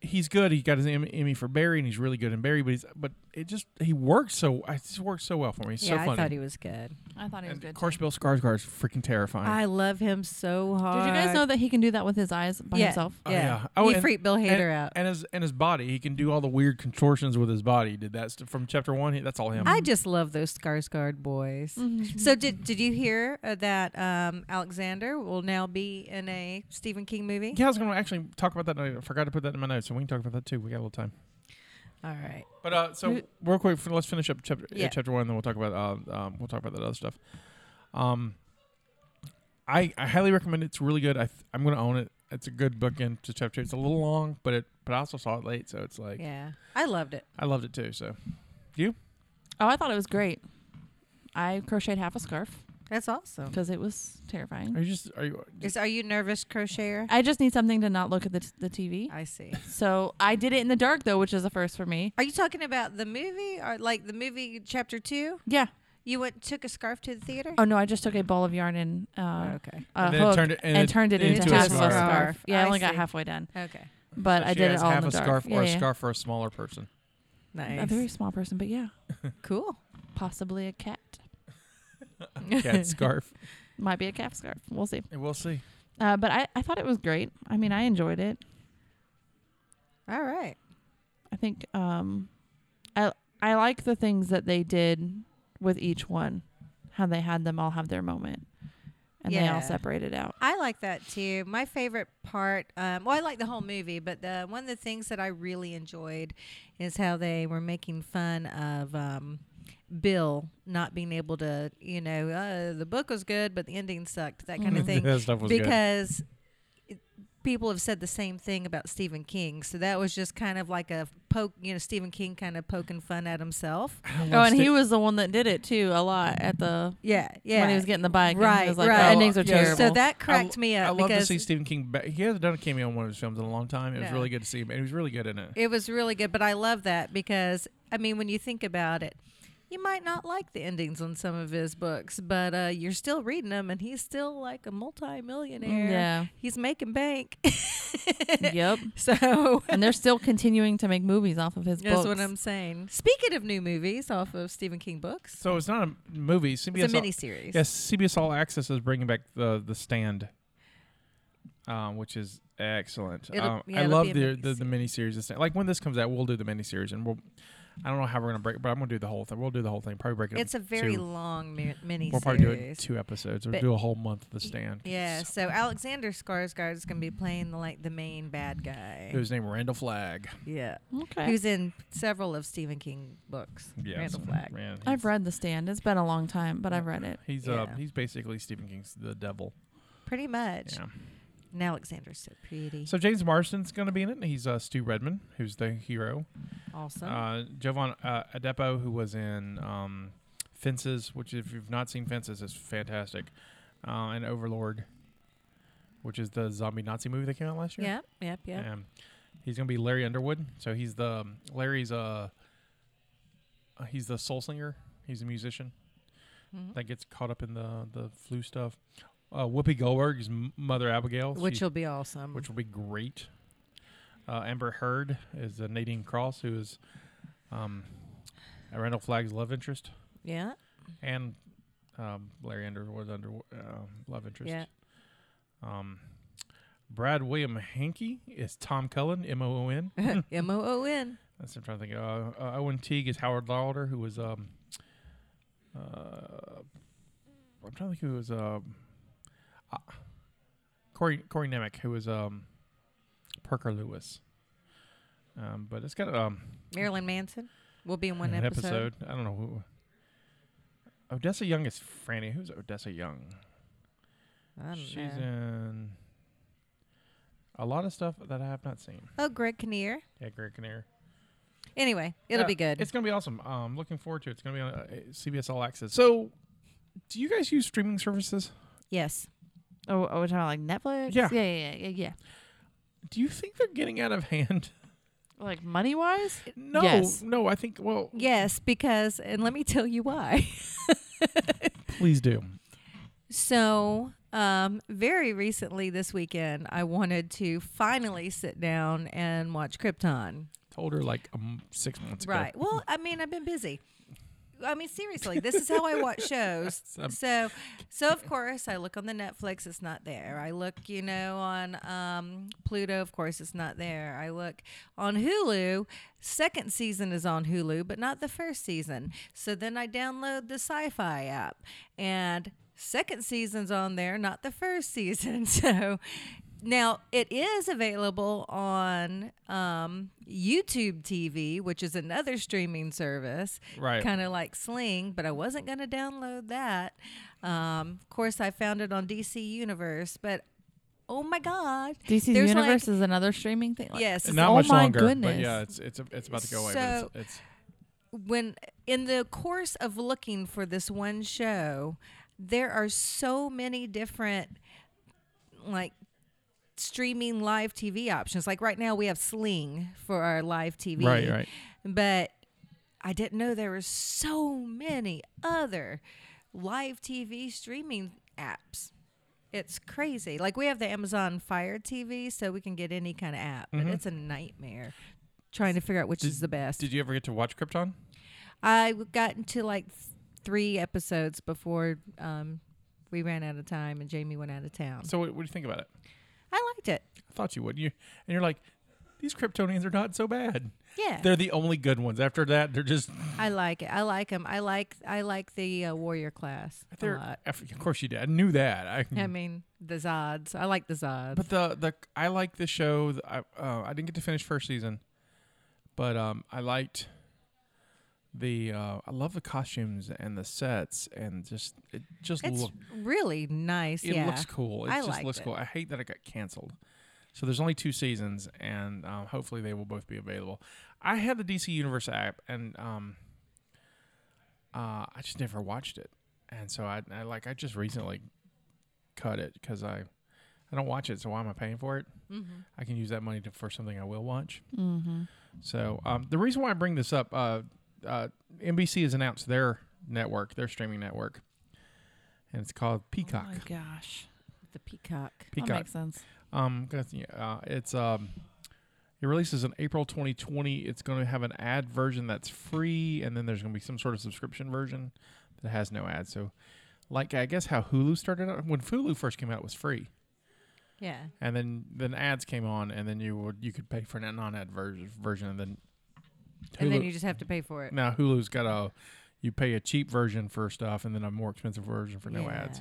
Speaker 3: he's good. He got his Emmy Emmy for Barry, and he's really good in Barry. But he's but it just he works so it just works so well for me. He's
Speaker 4: yeah,
Speaker 3: so funny.
Speaker 4: I thought he was good.
Speaker 5: I thought he was
Speaker 3: And
Speaker 5: good.
Speaker 3: of course, Bill Skarsgård is freaking terrifying.
Speaker 4: I love him so
Speaker 5: too.
Speaker 4: hard.
Speaker 5: Did you guys know that he can do that with his eyes by
Speaker 4: yeah.
Speaker 5: himself?
Speaker 3: Oh,
Speaker 4: Yeah.
Speaker 3: yeah. Oh,
Speaker 4: he
Speaker 3: and-
Speaker 4: freaked Bill
Speaker 3: and,
Speaker 4: Hader out.
Speaker 3: and his and his body, he can do all the weird contortions with his body. He did that st- from chapter one. He, that's all him.
Speaker 4: I just love those Skarsgård boys.
Speaker 5: Mm-hmm.
Speaker 4: So did did you hear uh, that um, Alexander will now be in a Stephen King movie?
Speaker 3: yeah, I was going to actually talk about that. and I forgot to put that in my notes, so we can talk about that too. We got a little time.
Speaker 4: All right.
Speaker 3: But uh, so
Speaker 5: Who-
Speaker 3: real quick, f- let's finish up chapter uh,
Speaker 4: Yeah.
Speaker 3: chapter one, then we'll talk about uh, um, we'll talk about that other stuff. Um, I I highly recommend it. It's really good. I th- I'm going to own it. It's a good book into chapter. It's a little long, but it but I also saw it late, so it's like
Speaker 4: Yeah. I loved it.
Speaker 3: I loved it too. So
Speaker 5: Mm-hmm. Oh, I thought it was great. I crocheted half a scarf
Speaker 4: That's awesome.
Speaker 5: because it was terrifying.
Speaker 3: are you just are you
Speaker 4: Is are you nervous crocheter?
Speaker 5: I just need something to not look at the, t- the TV.
Speaker 4: I see.
Speaker 5: So I did it in the dark though, which is a first for me.
Speaker 4: Are you talking about the movie or like the movie chapter 2?
Speaker 5: Yeah.
Speaker 4: You went took a scarf to the theater?
Speaker 3: Uh,
Speaker 5: Oh no, I just took a ball of yarn and uh,
Speaker 4: okay.
Speaker 5: a
Speaker 3: And then
Speaker 5: hook
Speaker 3: turned it- and
Speaker 5: and,
Speaker 3: it
Speaker 5: turned it into,
Speaker 4: into a
Speaker 5: half a
Speaker 4: scarf.
Speaker 5: scarf. Yeah, I,
Speaker 4: I
Speaker 5: only got
Speaker 4: see.
Speaker 5: halfway done,
Speaker 3: uh,
Speaker 4: Okay.
Speaker 5: but
Speaker 3: So
Speaker 5: I
Speaker 3: she
Speaker 5: did it
Speaker 3: has
Speaker 5: all
Speaker 3: half
Speaker 5: in the
Speaker 3: a
Speaker 5: dark.
Speaker 3: scarf
Speaker 5: yeah,
Speaker 3: or
Speaker 5: yeah.
Speaker 3: a scarf for a smaller person.
Speaker 5: A
Speaker 4: Nice.
Speaker 5: very small person, but yeah,
Speaker 4: cool.
Speaker 5: possibly a cat.
Speaker 3: Cat scarf.
Speaker 5: Might be a calf scarf. We'll see.
Speaker 3: And we'll see.
Speaker 5: Uh, but I, I thought it was great. I mean, I enjoyed it.
Speaker 4: All right.
Speaker 5: I think um, I I like the things that they did with each one, how they had them all have their moment, and they
Speaker 4: Yeah.
Speaker 5: all separated out.
Speaker 4: I like that too. My favorite part, um, well, I like the whole movie, but the, one of the things that I really enjoyed is how they were making fun of um, Bill not being able to, you know, uh, the book was good, but the ending sucked, that kind of thing.
Speaker 3: that stuff was good.
Speaker 4: because it- people have said the same thing about Stephen King. So that was just kind of like a poke, you know, Stephen King kind of poking fun at himself.
Speaker 5: Oh, and he was the one that did it too a lot at the
Speaker 4: Yeah, yeah.
Speaker 5: when he was getting the bike. and
Speaker 4: Right,
Speaker 5: he was like,
Speaker 4: right.
Speaker 5: The endings are
Speaker 3: Yeah,
Speaker 5: terrible.
Speaker 4: So that cracked me up
Speaker 3: I love to
Speaker 4: because
Speaker 3: see Stephen King. Back. He hasn't done a cameo in one of his films in a long time. It was
Speaker 4: No.
Speaker 3: really good to see him, and he was really good in it.
Speaker 4: it was really good. But I love that because I mean, when you think about it. You might not like the endings on some of his books, but uh, you're still reading them, and he's still like a multimillionaire.
Speaker 5: yeah.
Speaker 4: He's making bank.
Speaker 5: yep.
Speaker 4: So
Speaker 5: And they're still continuing to make movies off of his
Speaker 4: that's
Speaker 5: books.
Speaker 4: what I'm saying. Speaking of new movies off of Stephen King books,
Speaker 3: So it's not a movie. CBS.
Speaker 4: it's a
Speaker 3: All,
Speaker 4: mini series.
Speaker 3: yes, CBS All Access is bringing back the the Stand, um, which is excellent.
Speaker 4: It'll-
Speaker 3: um,
Speaker 4: yeah,
Speaker 3: I
Speaker 4: it'll
Speaker 3: love
Speaker 4: be a
Speaker 3: the, the the miniseries. The Stand. Like when this comes out, we'll do the miniseries, and we'll. I don't know how we're gonna break, but I'm gonna do the whole thing. We'll do the whole thing. Probably break it. up
Speaker 4: It's a very
Speaker 3: uh, two.
Speaker 4: long mi- mini
Speaker 3: We'll probably do it
Speaker 4: series.
Speaker 3: two episodes, or
Speaker 4: But-
Speaker 3: do a whole month of the Stand.
Speaker 4: Yeah, so Alexander Skarsgård is going to be playing the, like the main bad guy.
Speaker 3: It was named Randall Flagg.
Speaker 4: yeah,
Speaker 5: okay.
Speaker 4: who's in several of Stephen King books.
Speaker 3: Yeah,
Speaker 4: Randall
Speaker 3: so,
Speaker 4: Flagg.
Speaker 3: man,
Speaker 5: I've
Speaker 3: he's-
Speaker 5: read The Stand. It's been a long time, but I've read it.
Speaker 3: He's uh
Speaker 4: Yeah.
Speaker 3: he's basically Stephen King's the devil.
Speaker 4: Pretty much.
Speaker 3: Yeah.
Speaker 4: And Alexander's so pretty.
Speaker 3: So James Marsden's going to be in it. He's uh, Stu Redman, who's the hero.
Speaker 4: awesome.
Speaker 3: Uh, Jovan uh, Adepo, who was in um, Fences, which if you've not seen Fences, is fantastic, uh, and Overlord, which is the zombie Nazi movie that came out last year.
Speaker 4: Yep, yep, yep.
Speaker 3: Um, he's going to be Larry Underwood. So he's the Larry's uh, uh, he's the soul singer. He's a musician
Speaker 4: Mhm.
Speaker 3: that gets caught up in the the flu stuff. Uh, Whoopi Goldberg's m- mother Abigail,
Speaker 4: Which
Speaker 3: she's-
Speaker 4: will be awesome.
Speaker 3: which will be great. Uh, Amber Heard is uh, Nadine Cross, who is um, uh, Randall Flagg's love interest,
Speaker 4: yeah,
Speaker 3: and um, Larry Underwood's under um love interest.
Speaker 4: Yeah.
Speaker 3: Um, Brad William Hankey is Tom Cullen, M O O N.
Speaker 4: M O O N.
Speaker 3: That's what I'm trying to think. of. Uh, uh, Owen Teague is Howard Lauder, who was um, uh, I'm trying to think who was um, uh, Corey Corey Nemec, who was um, Parker Lewis. Um, but it's got um
Speaker 4: Marilyn Manson will be in one
Speaker 3: an
Speaker 4: episode.
Speaker 3: episode. I don't know who. Odessa Young is Franny. Who's Odessa Young?
Speaker 4: I don't
Speaker 3: She's
Speaker 4: know.
Speaker 3: in a lot of stuff that I have not seen.
Speaker 4: Oh, Greg Kinnear.
Speaker 3: Yeah, Greg Kinnear.
Speaker 4: Anyway, it'll
Speaker 3: Yeah,
Speaker 4: be good.
Speaker 3: Uh, It's gonna be awesome. Um, looking forward to it. It's gonna be on uh, CBS All Access. So, do you guys use streaming services?
Speaker 4: yes.
Speaker 5: Oh, oh, we're talking about like Netflix.
Speaker 3: Yeah.
Speaker 5: yeah, yeah, yeah. yeah.
Speaker 3: Do you think they're getting out of hand?
Speaker 5: Like money wise,
Speaker 3: No,
Speaker 5: Yes.
Speaker 3: no. I think. Well,
Speaker 4: Yes, because and let me tell you why.
Speaker 3: please do.
Speaker 4: So, um, very recently this weekend, I wanted to finally sit down and watch Krypton.
Speaker 3: Told her like um, six months ago.
Speaker 4: Right. Well, I mean, I've been busy. I mean, seriously, this is how I watch shows.
Speaker 3: Um,
Speaker 4: So, so of course, I look on the Netflix. It's not there. I look, you know, on um, Pluto. Of course, it's not there. I look on Hulu. Second season is on Hulu, but not the first season. So then I download the Sci-Fi app, and second season's on there, not the first season. So. Now it is available on um, YouTube TV, which is another streaming service
Speaker 3: Right.
Speaker 4: kind of like Sling, but I wasn't going to download that. Um, of course, I found it on DC Universe, but oh my God.
Speaker 5: DC
Speaker 4: There's
Speaker 5: Universe
Speaker 4: like-
Speaker 5: is another streaming thing. Like,
Speaker 4: yes.
Speaker 3: Not
Speaker 5: oh
Speaker 3: much
Speaker 5: my
Speaker 3: longer. But
Speaker 5: goodness.
Speaker 3: yeah, it's it's it's about to go away.
Speaker 4: So-
Speaker 3: but it's,
Speaker 4: When in the course of looking for this one show, there are so many different like streaming live TV options. Like right now, we have Sling for our live TV.
Speaker 3: it's right, right.
Speaker 4: but I didn't know there were so many other live TV streaming apps. It's crazy. Like we have the Amazon Fire TV, so we can get any kind of app, but it's a nightmare trying to figure out which is the best.
Speaker 3: Mm-hmm. Did you ever get to watch Krypton?
Speaker 4: I got into like th- three episodes before um, we ran out of time and Jamie went out of town.
Speaker 3: So what, what do you think about it?
Speaker 4: I liked it.
Speaker 3: I thought you would. You and you're like, these Kryptonians are not so bad.
Speaker 4: Yeah,
Speaker 3: They're the only good ones. After that, they're just
Speaker 4: I like it. I like them. I like I like the uh, warrior class a
Speaker 3: they're.
Speaker 4: lot.
Speaker 3: Of course you did. I knew that. I,
Speaker 4: I mean, the Zods. I like the Zods.
Speaker 3: But the the I like the show. th- I uh, I didn't get to finish first season, but um I liked the uh, I love the costumes and the sets and just it just
Speaker 4: It's
Speaker 3: look
Speaker 4: really nice.
Speaker 3: it
Speaker 4: yeah.
Speaker 3: looks cool. It
Speaker 4: I
Speaker 3: just
Speaker 4: liked
Speaker 3: looks
Speaker 4: it.
Speaker 3: cool. I hate that it got canceled. So there's only two seasons, and um, hopefully they will both be available. I had the DC Universe app, and um, uh, I just never watched it, and so I, I like I just recently cut it because I I don't watch it, so why am I paying for it? I can use that money to, for something I will watch.
Speaker 5: Mm-hmm.
Speaker 3: So um, the reason why I bring this up, uh, uh, NBC has announced their network, their streaming network, and it's called Peacock.
Speaker 5: Oh my gosh.
Speaker 4: The peacock.
Speaker 5: That
Speaker 3: Peacock.
Speaker 5: makes sense.
Speaker 3: Um, gonna th- uh, it's um, it releases in April 2020. It's going to have an ad version that's free, and then there's going to be some sort of subscription version that has no ads. So, like I guess how Hulu started out when Hulu first came out it was free,
Speaker 4: Yeah.
Speaker 3: and then then ads came on, and then you would you could pay for a non-ad version version, and then Hulu,
Speaker 4: And then you just have to pay for it.
Speaker 3: now Hulu's got a you pay a cheap version for stuff, and then a more expensive version for no
Speaker 4: Yeah.
Speaker 3: ads.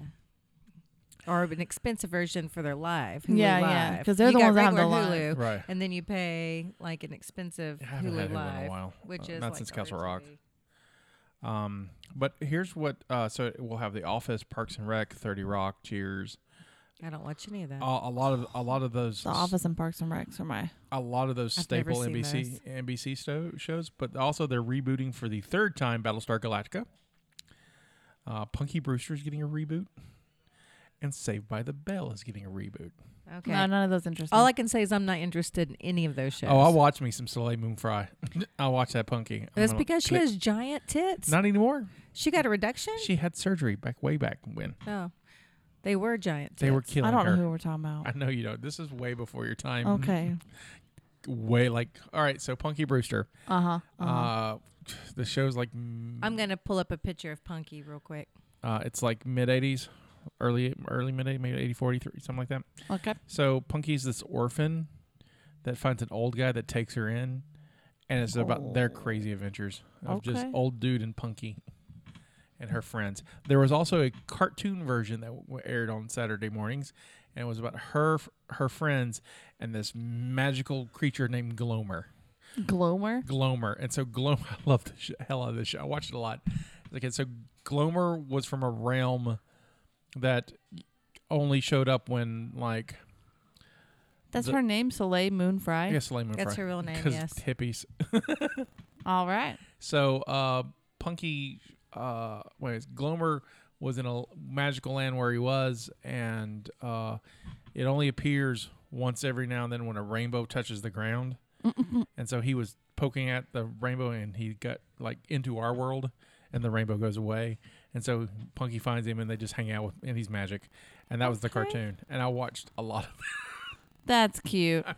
Speaker 4: Or an expensive version for their live. Hulu
Speaker 5: Yeah,
Speaker 4: live.
Speaker 5: yeah, 'cause they're
Speaker 4: You
Speaker 5: the
Speaker 4: got
Speaker 5: ones that have the
Speaker 4: regular
Speaker 5: live.
Speaker 4: Hulu,
Speaker 3: Right.
Speaker 4: And then you pay like an expensive
Speaker 3: I haven't had
Speaker 4: Hulu
Speaker 3: Hulu in a
Speaker 4: live,
Speaker 3: while.
Speaker 4: which
Speaker 3: Uh,
Speaker 4: is
Speaker 3: not
Speaker 4: like
Speaker 3: since
Speaker 4: the
Speaker 3: Castle
Speaker 4: free
Speaker 3: Rock.
Speaker 4: TV.
Speaker 3: Um, but here's what. Uh, so we'll have The Office, Parks and Rec, Thirty Rock, Cheers.
Speaker 4: I don't watch any of that.
Speaker 3: A a lot of a lot of those.
Speaker 5: The Office and Parks and Recs are my.
Speaker 3: A lot of those
Speaker 4: I've never
Speaker 3: staple
Speaker 4: seen
Speaker 3: NBC NBC sto- shows, but also they're rebooting for the third time Battlestar Galactica. Uh, Punky Brewster's getting a reboot, and Saved by the Bell is getting a reboot.
Speaker 4: okay.
Speaker 5: No, none of those interest
Speaker 4: All
Speaker 5: me.
Speaker 4: I can say is I'm not interested in any of those shows.
Speaker 3: Oh, I watched me some Soleil Moon Fry. I watched that Punky. I'm
Speaker 4: That's
Speaker 3: gonna
Speaker 4: because she
Speaker 3: click-
Speaker 4: has giant tits.
Speaker 3: not anymore.
Speaker 4: she got a reduction.
Speaker 3: She had surgery back way back when
Speaker 4: oh, they were giant. Tits.
Speaker 3: they were killing
Speaker 5: I don't
Speaker 3: her.
Speaker 5: know who we're talking about.
Speaker 3: I know you don't. This is way before your time.
Speaker 5: Okay.
Speaker 3: way like all right so punky brewster
Speaker 5: Uh huh.
Speaker 4: Uh-huh.
Speaker 3: uh the show's like mm,
Speaker 4: I'm gonna pull up a picture of Punky real quick.
Speaker 3: uh it's like mid 80s early early mid 80s maybe 84 83 something like that
Speaker 5: Okay.
Speaker 3: so punky's this orphan that finds an old guy that takes her in and it's about their
Speaker 5: Oh.
Speaker 3: crazy adventures of just
Speaker 5: Okay.
Speaker 3: old dude and punky and her friends there was also a cartoon version that w- aired on saturday mornings and it was about her her friends and this magical creature named glomer
Speaker 5: Glomer.
Speaker 3: Glomer. And so Glomer, I love the sh- hell out of this show. I watched it a lot. Okay, so Glomer was from a realm that only showed up when like
Speaker 5: That's
Speaker 3: The-
Speaker 5: her name, Soleil Moon Fry.
Speaker 3: Yes, Layman
Speaker 4: That's
Speaker 3: Fry.
Speaker 4: her real name,
Speaker 3: 'Cause
Speaker 4: yes.
Speaker 3: hippies.
Speaker 5: All right.
Speaker 3: So, uh, Punky, uh, wait, it's Glomer was in a magical land where he was, and uh, it only appears once every now and then when a rainbow touches the ground. and so he was poking at the rainbow, and he got like into our world, and the rainbow goes away. And so Punky finds him, and they just hang out with, and he's magic. And that was the
Speaker 5: Okay.
Speaker 3: cartoon. And I watched a lot of
Speaker 5: That's cute.
Speaker 3: it.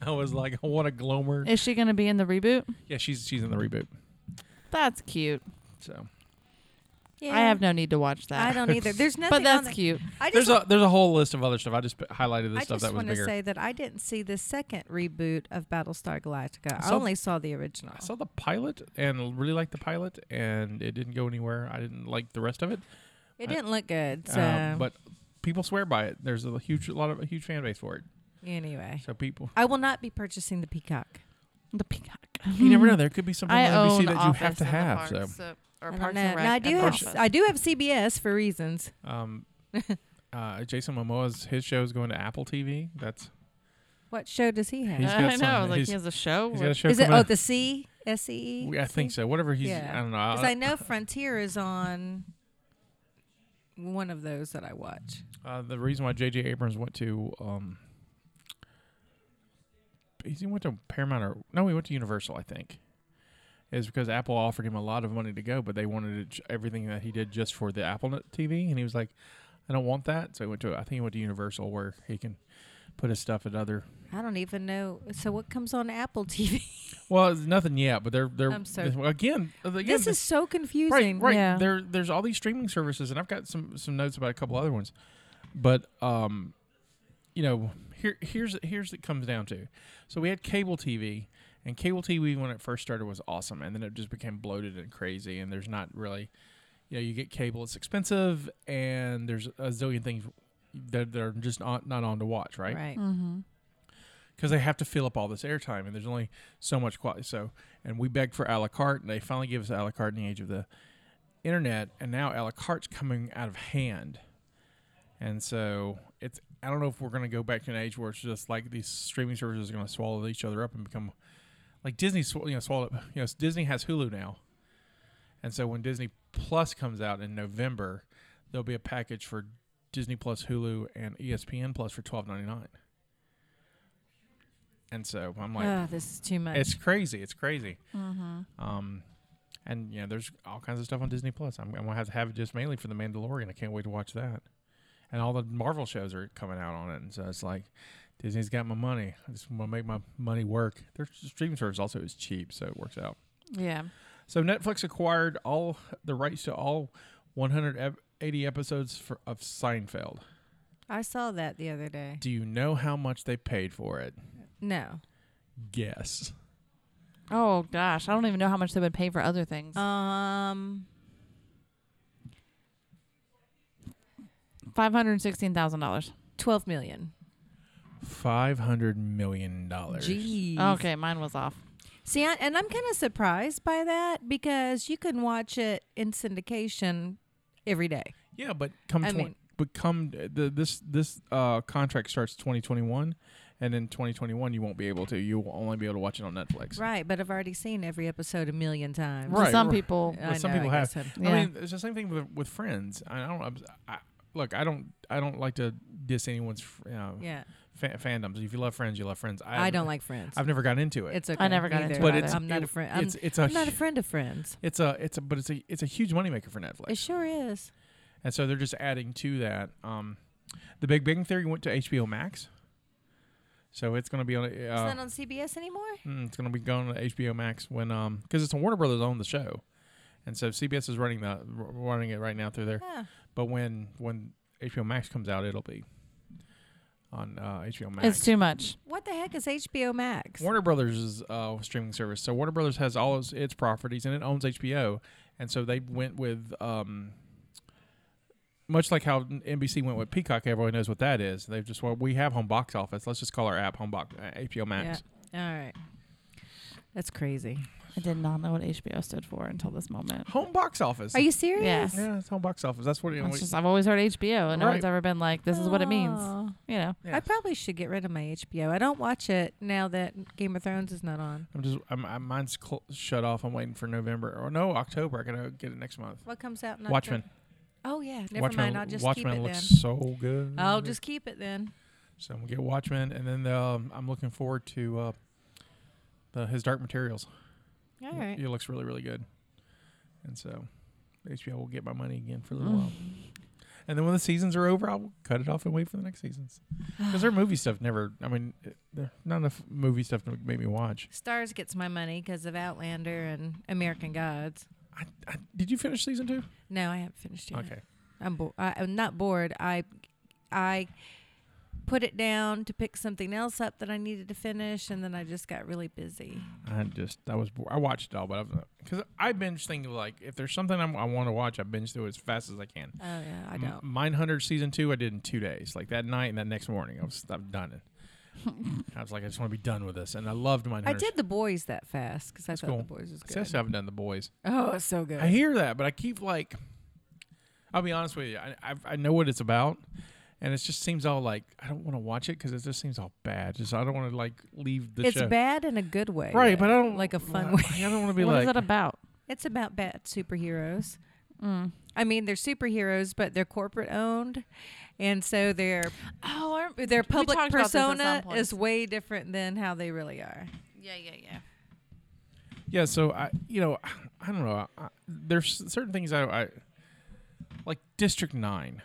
Speaker 3: I was like, I want a Glomer.
Speaker 5: Is she going to be in the reboot?
Speaker 3: Yeah, she's she's in the reboot.
Speaker 5: That's cute.
Speaker 3: So
Speaker 4: Yeah.
Speaker 5: I have no need to watch that.
Speaker 4: I don't either. There's nothing.
Speaker 5: but
Speaker 4: on
Speaker 5: that's
Speaker 4: there.
Speaker 5: cute.
Speaker 4: I just
Speaker 3: there's a there's a whole list of other stuff. I just p- highlighted the
Speaker 4: I
Speaker 3: stuff
Speaker 4: just
Speaker 3: that was
Speaker 4: want to
Speaker 3: bigger.
Speaker 4: say that I didn't see the second reboot of Battlestar Galactica. I,
Speaker 3: saw-
Speaker 4: only saw the original.
Speaker 3: I saw the pilot and really liked the pilot, and it didn't go anywhere. I didn't like the rest of it,
Speaker 4: it
Speaker 3: I-
Speaker 4: didn't look good. So
Speaker 3: uh, but people swear by it. There's a huge a lot of a huge fan base for it.
Speaker 4: anyway,
Speaker 3: So people,
Speaker 4: I will not be purchasing the Peacock.
Speaker 5: The peacock.
Speaker 3: you never know. There could be something
Speaker 5: I
Speaker 3: on
Speaker 5: own
Speaker 3: NBC that you have
Speaker 5: Office
Speaker 3: to
Speaker 5: and the
Speaker 3: have. So
Speaker 5: Parks, uh, or
Speaker 4: I,
Speaker 5: Parks
Speaker 4: don't know.
Speaker 5: and Rec.
Speaker 4: Now, I do
Speaker 5: and
Speaker 4: have
Speaker 5: Office.
Speaker 4: I do have CBS for reasons.
Speaker 3: um, uh, Jason Momoa's his show is going to Apple TV. That's
Speaker 4: What show does he have?
Speaker 3: He's got
Speaker 5: I know. I
Speaker 3: some-
Speaker 5: was like,
Speaker 3: he's-
Speaker 5: he has a show.
Speaker 3: he's got a show
Speaker 4: Is it
Speaker 3: coming
Speaker 4: oh
Speaker 3: out.
Speaker 4: the C S E E?
Speaker 3: I think so. Whatever he's,
Speaker 4: Yeah.
Speaker 3: I don't know.
Speaker 4: Because
Speaker 3: I,
Speaker 4: I know Frontier is on one of those that I watch.
Speaker 3: Uh, the reason why J.J. Abrams went to um, he's- he went to Paramount or no, he went to Universal, I think, is because Apple offered him a lot of money to go, but they wanted it, j- everything that he did just for the Apple Net TV, and he was like, "I don't want that," so he went to I think he went to Universal where he can put his stuff at other.
Speaker 4: I don't even know. So what comes on Apple TV?
Speaker 3: Well, it's nothing yet, but they're they're
Speaker 4: I'm sorry.
Speaker 3: well, again, again
Speaker 4: this is so confusing.
Speaker 3: right, right.
Speaker 5: yeah.
Speaker 3: There, there's all these streaming services, and I've got some some notes about a couple other ones, but um, you know, here here's here's what it comes down to. So we had cable TV, and cable TV when it first started was awesome, and then it just became bloated and crazy, and there's not really, you know, you get cable, it's expensive, and there's a zillion things that they're just not not on to watch, right?
Speaker 4: Right.
Speaker 5: Mm-hmm.
Speaker 3: because they have to fill up all this airtime and there's only so much quality. So, and we begged for a la carte, and they finally gave us a la carte in the age of the internet, and now a la carte's coming out of hand. And so it's I don't know if we're going to go back to an age where it's just like these streaming services are going to swallow each other up and become like Disney, sw- you know, swallowed up. You know, Disney has Hulu now, and so when Disney Plus comes out in November, there'll be a package for Disney Plus, Hulu, and E ESPN Plus for twelve ninety nine. And so I'm like,
Speaker 4: oh, this is too much.
Speaker 3: it's crazy. It's crazy.
Speaker 5: Mm-hmm.
Speaker 3: Um, and yeah, there's all kinds of stuff on Disney Plus. I'm, I'm gonna have to have it just mainly for the Mandalorian. I can't wait to watch that. And all the Marvel shows are coming out on it, and so it's like Disney's got my money. I just want to make my money work. Their streaming service also is cheap, so it works out.
Speaker 5: Yeah.
Speaker 3: So Netflix acquired all the rights to all 180 episodes for, of Seinfeld.
Speaker 4: I saw that the other day.
Speaker 3: Do you know how much they paid for it?
Speaker 4: No.
Speaker 3: Guess.
Speaker 5: Oh gosh, I don't even know how much they would pay for other things.
Speaker 4: Um.
Speaker 5: Five hundred sixteen thousand dollars.
Speaker 4: Twelve million.
Speaker 3: Five hundred million dollars.
Speaker 4: Jeez.
Speaker 5: Okay, mine was off.
Speaker 4: See, I, and I'm kind of surprised by that because you can watch it in syndication every day.
Speaker 3: Yeah, but come
Speaker 4: I
Speaker 3: 20,
Speaker 4: mean-
Speaker 3: but come the, this this uh, contract starts 2021, and in 2021 you won't be able to. You will only be able to watch it on Netflix.
Speaker 4: Right, but I've already seen every episode a million times.
Speaker 3: Right,
Speaker 5: Some
Speaker 3: right.
Speaker 5: people.
Speaker 4: I
Speaker 3: some
Speaker 4: know,
Speaker 3: people
Speaker 4: I
Speaker 3: have.
Speaker 4: guess so.
Speaker 5: Yeah.
Speaker 3: I mean, it's the same thing with with friends. I don't. I, look, I don't. I don't like to diss anyone's you know,
Speaker 4: Yeah,
Speaker 3: fa- fandoms. If you love friends, you love friends.
Speaker 4: I,
Speaker 3: haven't-
Speaker 4: don't like Friends.
Speaker 3: I've never got into it.
Speaker 4: it's okay.
Speaker 5: never got
Speaker 4: neither.
Speaker 5: into it
Speaker 3: but it's
Speaker 4: I'm not
Speaker 3: it-
Speaker 4: a friend. I'm,
Speaker 3: It's it's a,
Speaker 4: I'm not a
Speaker 3: hu-
Speaker 4: friend of Friends.
Speaker 3: It's a it's a but it's a it's a huge moneymaker for Netflix.
Speaker 4: It sure is.
Speaker 3: And so they're just adding to that. Um, the Big Bang Theory went to HBO Max, so it's going to be on. Uh,
Speaker 4: It's not on CBS anymore.
Speaker 3: Mm, it's going to be going to HBO Max when um because it's on Warner Brothers own the show, and so CBS is running the r- running it right now through there.
Speaker 4: Huh.
Speaker 3: But when when HBO Max comes out, it'll be on uh, HBO Max.
Speaker 5: It's too much.
Speaker 4: What the heck is HBO Max?
Speaker 3: Warner Brothers is uh, streaming service. So Warner Brothers has all its, its properties and it owns HBO, and so they went with um. Much like how NBC went with Peacock, everyone knows what that is. They've just well, we have home box office. Let's just call our app home box uh, HBO Max.
Speaker 4: Yeah. All right. That's crazy.
Speaker 5: I did not know what HBO stood for until this moment.
Speaker 3: Home box office.
Speaker 4: Are you serious?
Speaker 5: Yes.
Speaker 3: Yeah, it's home box office. That's what it
Speaker 5: It's
Speaker 3: is.
Speaker 5: just, I've always heard HBO, and no
Speaker 3: Right.
Speaker 5: one's ever been like, "This is what it means."
Speaker 4: Aw.
Speaker 5: You know,
Speaker 3: Yeah.
Speaker 4: I probably should get rid of my HBO. I don't watch it now that Game of Thrones is not on.
Speaker 3: I'm just I'm, I'm mine's cl- shut off. I'm waiting for November or no October. I gotta get it next month.
Speaker 4: What comes out? in October?
Speaker 3: Watchmen.
Speaker 4: Oh yeah, never
Speaker 3: Watchmen.
Speaker 4: mind. I'll just
Speaker 3: Watchmen
Speaker 4: keep it
Speaker 3: looks
Speaker 4: then.
Speaker 3: so good.
Speaker 4: I'll just keep it then.
Speaker 3: so I'm gonna get Watchmen, and then the, um, I'm looking forward to uh, the His Dark Materials.
Speaker 4: All right.
Speaker 3: It looks really really good, and so HBO will get my money again for a
Speaker 4: Mm.
Speaker 3: little while. And then when the seasons are over, I'll cut it off and wait for the next seasons. Because their movie stuff never. I mean, eh, it- there- not enough movie stuff to make me watch.
Speaker 4: Stars gets my money because of Outlander and American Gods.
Speaker 3: I, I, did you finish season two?
Speaker 4: No, I haven't finished it. yet.
Speaker 3: Okay.
Speaker 4: I'm bo- I, I'm not bored. I I put it down to pick something else up that I needed to finish, and then I just got really busy.
Speaker 3: I just I was bored. I watched it all, but I've because I binge things like if there's something I'm, I want to watch, I binge through it as fast as I can.
Speaker 4: Oh yeah, I don't.
Speaker 3: Mine Hunter season two, I did in two days, like that night and that next morning. I was I've done it. I was like, I just want to be done with this, and I loved Mine
Speaker 4: I
Speaker 3: Hunter.
Speaker 4: did the boys that fast because I
Speaker 3: That's
Speaker 4: thought
Speaker 3: cool.
Speaker 4: the boys was
Speaker 3: I
Speaker 4: good.
Speaker 3: still haven't done the boys.
Speaker 4: Oh, it's so good.
Speaker 3: I hear that, but I keep like, I'll be honest with you. I I, I know what it's about, and it just seems all like I don't want to watch it because it just seems all bad. Just I don't want to like leave the
Speaker 4: it's
Speaker 3: show.
Speaker 4: bad in a good way,
Speaker 3: Right, but I don't
Speaker 4: like a fun
Speaker 3: like,
Speaker 4: way.
Speaker 3: I don't want to be
Speaker 5: What is
Speaker 3: like
Speaker 5: it about?
Speaker 4: It's about bad superheroes.
Speaker 5: Mm.
Speaker 4: I mean, they're superheroes, but they're corporate owned, and so their
Speaker 5: Oh,
Speaker 4: their public
Speaker 5: talked about this at
Speaker 4: persona
Speaker 5: some point.
Speaker 4: is way different than how they really are.
Speaker 5: yeah, yeah, yeah.
Speaker 3: Yeah, so I, you know, I don't know. I, there's certain things I, I like. District Nine.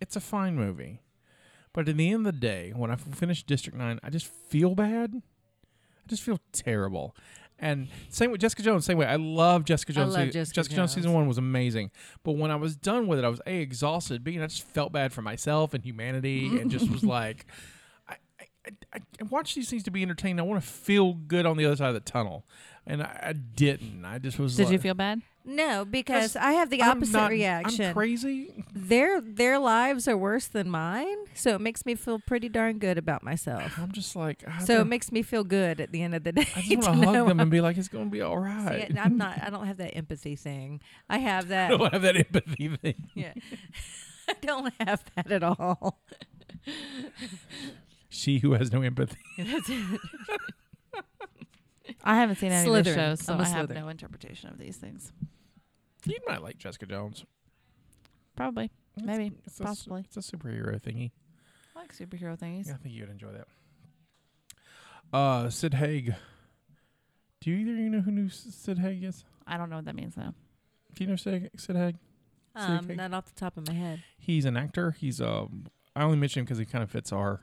Speaker 3: It's a fine movie, but at the end of the day, when I finish District Nine, I just feel bad. I just feel terrible. And same with Jessica Jones. Same way, I love Jessica Jones.
Speaker 4: love
Speaker 3: Se-
Speaker 4: Jessica
Speaker 3: Jones. season
Speaker 4: Jones.
Speaker 3: one was amazing, but when I was done with it, I was a exhausted. B, and I just felt bad for myself and humanity, and just was like, I, I, I, I watch these things to be entertained. I want to feel good on the other side of the tunnel, and I, I didn't. I just was.
Speaker 5: Did
Speaker 3: like,
Speaker 5: you feel bad?
Speaker 4: No, because
Speaker 3: That's-
Speaker 4: I have the
Speaker 3: I'm
Speaker 4: opposite
Speaker 3: not-
Speaker 4: reaction.
Speaker 3: I'm crazy.
Speaker 4: their their lives are worse than mine, so it makes me feel pretty darn good about myself.
Speaker 3: I'm just like. I
Speaker 4: So it
Speaker 3: don't-
Speaker 4: makes me feel good at the end of the day.
Speaker 3: I just
Speaker 4: to
Speaker 3: want to hug
Speaker 4: know
Speaker 3: them
Speaker 4: I'm-
Speaker 3: and be like, it's gonna be all
Speaker 4: See,
Speaker 3: right.
Speaker 4: I'm not. I don't have that empathy thing. I have
Speaker 3: I
Speaker 4: that.
Speaker 3: don't have that empathy thing.
Speaker 4: yeah. I don't have that at all.
Speaker 3: She who has no empathy.
Speaker 5: I haven't seen any of the
Speaker 4: Slytherin.
Speaker 5: shows, so
Speaker 4: I'm a
Speaker 5: I have
Speaker 4: Slytherin.
Speaker 5: no interpretation of these things.
Speaker 3: You might like Jessica Jones.
Speaker 5: Probably,
Speaker 3: It's-
Speaker 5: maybe,
Speaker 3: it's a su-
Speaker 5: possibly.
Speaker 3: it's a superhero thingy.
Speaker 5: I like superhero things.
Speaker 3: Yeah, I think you would enjoy that. Uh, Sid Haig. Do you either of you know who knew S- Sid Haig is?
Speaker 5: I don't know what that means though.
Speaker 3: Do you know Sid, Sid Haig?
Speaker 4: Um,
Speaker 3: okay.
Speaker 4: not off the top of my head.
Speaker 3: He's an actor. He's um, I only mention him because he kind of fits our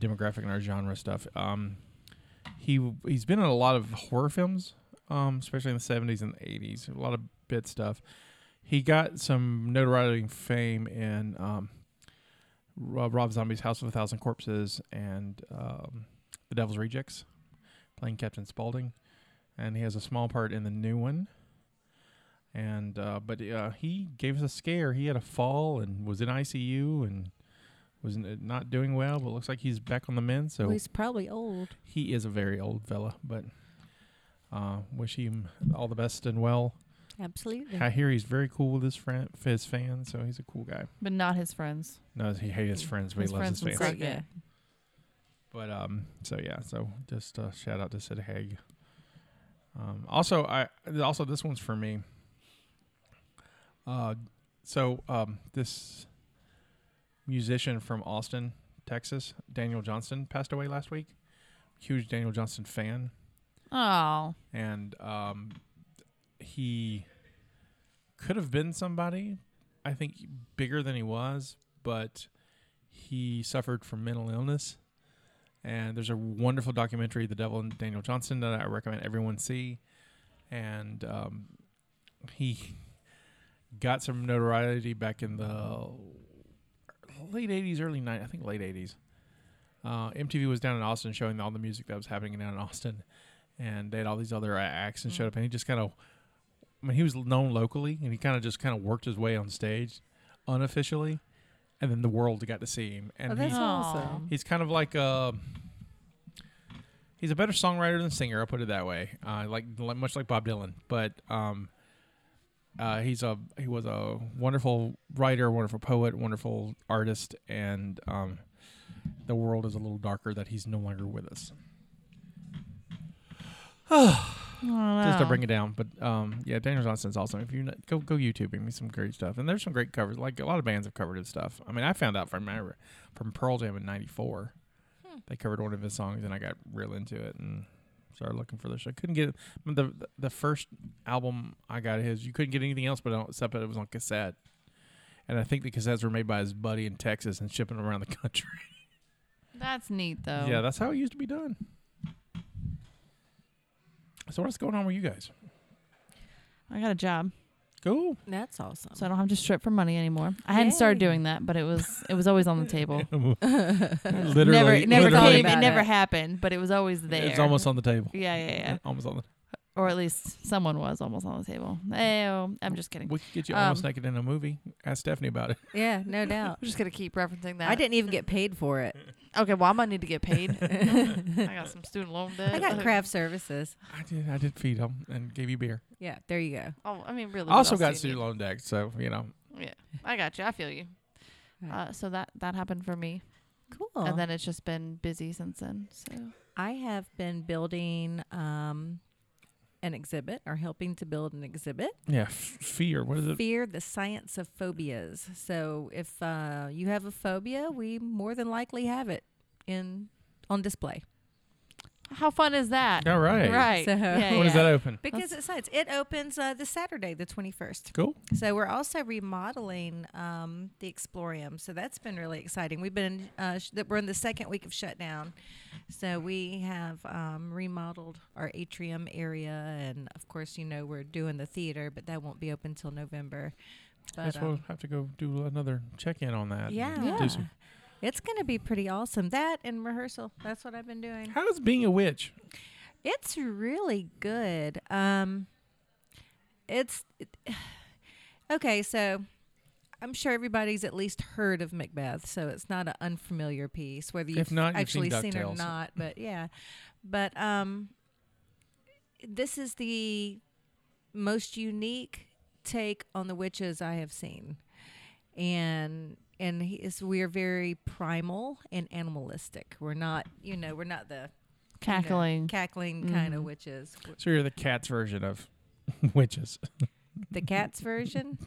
Speaker 3: demographic and our genre stuff. Um, he he's been in a lot of horror films, um, especially in the seventies and eighties. A lot of bit stuff. He got some notoriety and fame in um, Rob, Rob Zombie's House of a Thousand Corpses and um, The Devil's Rejects, playing Captain Spaulding, and he has a small part in the new one. And uh, but uh, he gave us a scare. He had a fall and was in ICU and was n- not doing well. But looks like he's back on the mend. So
Speaker 4: well, he's probably old.
Speaker 3: he is a very old fella, but uh, wish him all the best and well.
Speaker 4: Absolutely.
Speaker 3: I hear he's very cool with his friend, his fans, so he's a cool guy.
Speaker 5: But not his friends.
Speaker 3: No, he hates his friends, but
Speaker 5: His
Speaker 3: he loves
Speaker 5: friends
Speaker 3: his fans.
Speaker 5: would suck. Yeah.
Speaker 3: But um, so yeah, so just uh, shout out to Sid Haig. Um, also, I also this one's for me. Uh, so um, this musician from Austin, Texas, Daniel Johnston, passed away last week. Huge Daniel Johnston fan.
Speaker 5: Oh,
Speaker 3: and um, he could have been somebody I think bigger than he was, but he suffered from mental illness. And there's a wonderful documentary, The Devil and Daniel Johnson, that I recommend everyone see. And um, he got some notoriety back in the late 80s, early 90s, I think late 80s. Uh, MTV was down in Austin showing all the music that was happening down in Austin and they had all these other a- acts and showed up and he just kind of i mean he was known locally and he kind of just kind of worked his way on stage unofficially and then the world got to see him and
Speaker 4: oh, that's
Speaker 3: he's,
Speaker 5: Aw.
Speaker 4: awesome.
Speaker 3: he's kind of like uh he's a better songwriter than singer. I'll put it that way. Uh, like, like much like Bob Dylan, but um, uh, he's a he was a wonderful writer, wonderful poet, wonderful artist, and um, the world is a little darker that he's no longer with us. Just
Speaker 5: Oh.
Speaker 3: to bring it down, but um, yeah, Daniel Johnson's awesome. If you kn- go go YouTube him, he's some great stuff, and there's some great covers. Like a lot of bands have covered his stuff. I mean, I found out from my, from Pearl Jam in '94, they covered one of his songs, and I got real into it and started looking for this. I couldn't get I mean, the the first album I got of his. You couldn't get anything else, but except that it was on cassette, and I think the cassettes were made by his buddy in Texas and shipping them around the country.
Speaker 5: That's neat though.
Speaker 3: Yeah, that's how it used to be done. So what's going on with you guys?
Speaker 5: I got a job,
Speaker 3: Cool.
Speaker 4: That's awesome.
Speaker 5: so I don't have to strip for money anymore. I hadn't started
Speaker 4: Yay.
Speaker 5: doing that, but it was it was always on the table. never,
Speaker 3: literally,
Speaker 5: it never
Speaker 4: literally.
Speaker 5: came. It
Speaker 4: About
Speaker 5: never
Speaker 4: it.
Speaker 5: happened, but it was always there.
Speaker 3: It's almost on the table.
Speaker 5: Yeah, yeah, yeah.
Speaker 3: Almost on the.
Speaker 5: Or at least someone was almost on the table. Oh, I'm just kidding.
Speaker 3: We could get you
Speaker 5: Um,
Speaker 3: almost naked in a movie. Ask Stephanie about it.
Speaker 4: yeah, no doubt.
Speaker 5: I'm just gonna keep referencing that.
Speaker 4: I didn't even get paid for it.
Speaker 5: Okay, well I'm gonna need to get paid. I got some student loan debt.
Speaker 4: I got craft services.
Speaker 3: I did. I did feed him and gave you beer.
Speaker 4: Yeah, there you go.
Speaker 5: Oh, I mean, really.
Speaker 3: I
Speaker 5: what
Speaker 3: also
Speaker 5: else
Speaker 3: got
Speaker 5: do you
Speaker 3: student loan debt, so you know.
Speaker 5: need? Yeah, I got you. I feel you.
Speaker 4: Right.
Speaker 5: Uh, so that that happened for me,
Speaker 4: Cool.
Speaker 5: and then it's just been busy since then. So
Speaker 4: I have been building um, an exhibit or helping to build an exhibit.
Speaker 3: Yeah, f- fear. What is it?
Speaker 4: Fear the science of phobias. So if uh, you have a phobia, we more than likely have it in on display.
Speaker 5: how fun is that?
Speaker 3: All right.
Speaker 5: Right.
Speaker 4: So-
Speaker 5: yeah,
Speaker 3: When does
Speaker 5: yeah.
Speaker 3: that open?
Speaker 4: Because it's science. It opens uh, this Saturday, the 21st.
Speaker 3: Cool.
Speaker 4: So we're also remodeling um, the Explorium. So that's been really exciting. We've been uh, sh- that we're in the second week of shutdown. So we have um, remodeled our atrium area, and of course, you know we're doing the theater, but that won't be open till November.
Speaker 3: I
Speaker 4: But
Speaker 3: guess we'll
Speaker 4: um,
Speaker 3: have to go do another check in on that. and
Speaker 4: yeah,
Speaker 3: do some-
Speaker 4: it's going to be pretty awesome. That and rehearsal. That's what I've been doing.
Speaker 3: How is being a witch?
Speaker 4: It's really good. Um, it's it- okay. So I'm sure everybody's at least heard of Macbeth, so it's not an unfamiliar piece, whether you've
Speaker 3: If not, you've seen
Speaker 4: actually seen, it or
Speaker 3: DuckTales.
Speaker 4: not. But yeah, but um, this is the most unique take on the witches I have seen, and and he is, we are very primal and animalistic. We're not, you know, we're not the you know,
Speaker 5: Cackling.
Speaker 4: cackling kind of
Speaker 5: Mhm.
Speaker 4: witches. W-
Speaker 3: So you're the cat's version of witches.
Speaker 4: The cat's version?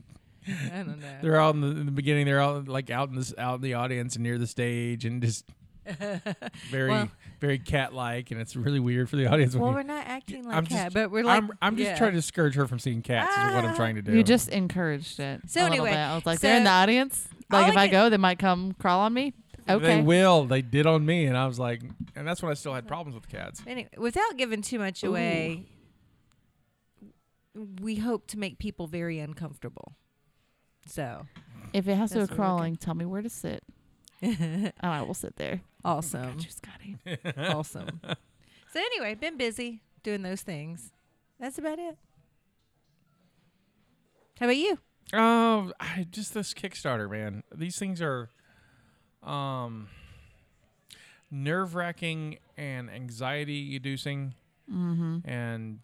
Speaker 4: I don't know.
Speaker 3: They're all in the, in the beginning. They're all like out in this out in the audience and near the stage and just very
Speaker 4: Well-
Speaker 3: very cat like and it's really weird for the audience. when
Speaker 4: well,
Speaker 3: you-
Speaker 4: we're not acting like
Speaker 3: I'm
Speaker 4: cat,
Speaker 3: just-
Speaker 4: but we're like.
Speaker 3: I'm I'm just
Speaker 4: yeah.
Speaker 3: trying to discourage her from seeing cats. is what I'm
Speaker 4: Ah.
Speaker 3: trying to do.
Speaker 5: You just encouraged it.
Speaker 4: So
Speaker 5: a little
Speaker 4: anyway,
Speaker 5: bit. I was like, they're in
Speaker 4: so
Speaker 5: the audience.
Speaker 4: all
Speaker 5: Like
Speaker 4: I
Speaker 5: if I
Speaker 4: can-
Speaker 5: go, they might come crawl on me.
Speaker 3: They
Speaker 5: Okay.
Speaker 3: will. They did on me, and I was like, and that's when I still had problems with cats.
Speaker 4: Anyway, without giving too much
Speaker 5: Ooh.
Speaker 4: away, we hope to make people very uncomfortable. So
Speaker 5: If it has to
Speaker 4: That's what
Speaker 5: do
Speaker 4: we're
Speaker 5: crawling, tell me where to sit, and I will sit there.
Speaker 4: awesome,
Speaker 3: Mm.
Speaker 5: Got you, Scotty.
Speaker 4: awesome. So anyway, been busy doing those things. That's about it. How about you?
Speaker 3: Oh, I, just this Kickstarter, man. These things are, um, nerve wracking and anxiety inducing, mm-hmm. and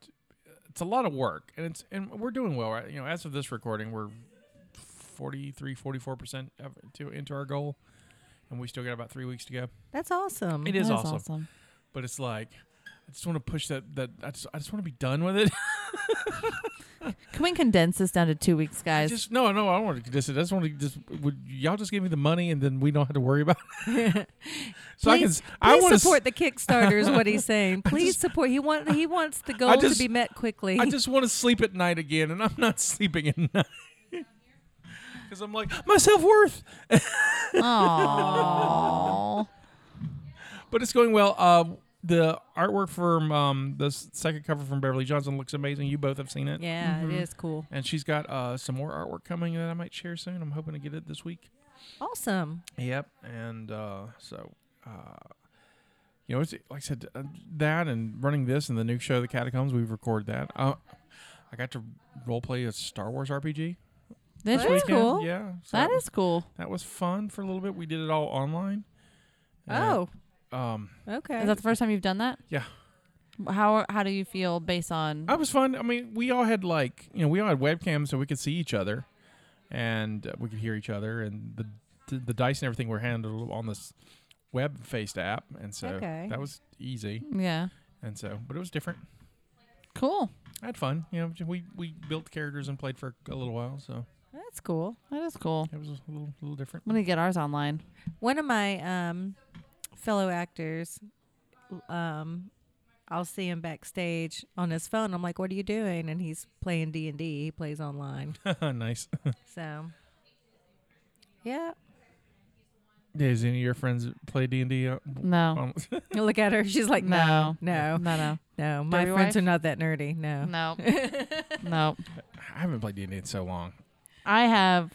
Speaker 3: it's a lot of work. And it's and we're doing well, right? You know, as of this recording, we're 43, 44 percent to into our goal, and we still got about three weeks to go.
Speaker 4: That's awesome.
Speaker 3: It is
Speaker 5: That
Speaker 3: awesome. but it's like I just want to push that that I just I just want to be done with it.
Speaker 5: Can we condense this down to two weeks,
Speaker 3: I
Speaker 5: guys?
Speaker 3: just no, no, I don't want to just I just want to just would y'all just give me the money and then we don't have to worry about it. so I can s-
Speaker 4: Please-
Speaker 3: I
Speaker 4: please
Speaker 3: want to
Speaker 4: support the Kickstarter is what he's saying. Please
Speaker 3: just-
Speaker 4: support. He want he wants the goal
Speaker 3: just-
Speaker 4: to be met quickly.
Speaker 3: I just want to sleep at night again and I'm not sleeping at night. Cuz I'm like my self-worth.
Speaker 5: Aww.
Speaker 3: But it's going well. Uh the artwork from um the s- second cover from Beverly Johnson looks amazing. You both have seen it.
Speaker 4: yeah, it is cool.
Speaker 3: And she's got uh, some more artwork coming that I might share soon. I'm hoping to get it this week.
Speaker 4: Awesome.
Speaker 3: Yep, and uh, so uh, you know, it's like I said, uh, that and running this and the new show, The Catacombs. We've recorded that. Uh, I got to role play a Star Wars RPG.
Speaker 5: That's
Speaker 3: this weekend.
Speaker 5: cool.
Speaker 3: Yeah, so
Speaker 5: That is cool.
Speaker 3: that was fun for a little bit. We did it all online. Uh,
Speaker 4: oh,
Speaker 3: Um,
Speaker 4: Okay.
Speaker 5: Is that the first time you've done that?
Speaker 3: Yeah. Oh.
Speaker 5: How how do you feel based on?
Speaker 3: I was fun. I mean, we all had like you know we all had webcams so we could see each other, and uh, we could hear each other, and the the, the dice and everything were handled on this web faced app, and so
Speaker 4: Okay.
Speaker 3: that was easy,
Speaker 5: Yeah.
Speaker 3: and so but it was different.
Speaker 5: Cool.
Speaker 3: I had fun. You know, we we built characters and played for a little while, so
Speaker 4: That's cool.
Speaker 5: That is cool.
Speaker 3: it was a little little different.
Speaker 5: I'm gonna get ours online.
Speaker 4: One of my um, fellow actors, um, I'll see him backstage on his phone. I'm like, "What are you doing?" And he's playing D and D. He plays online,
Speaker 3: nice.
Speaker 4: so yeah.
Speaker 3: Does any of your friends play D Um, and D?
Speaker 5: No.
Speaker 4: Look at her. She's like,
Speaker 5: No.
Speaker 4: "No,
Speaker 3: Oh.
Speaker 4: no, no."
Speaker 5: No. No.
Speaker 4: My
Speaker 5: Derby
Speaker 4: friends
Speaker 5: wife?
Speaker 4: are not that nerdy. No.
Speaker 5: No. no.
Speaker 3: I haven't played D and D in so long.
Speaker 5: I have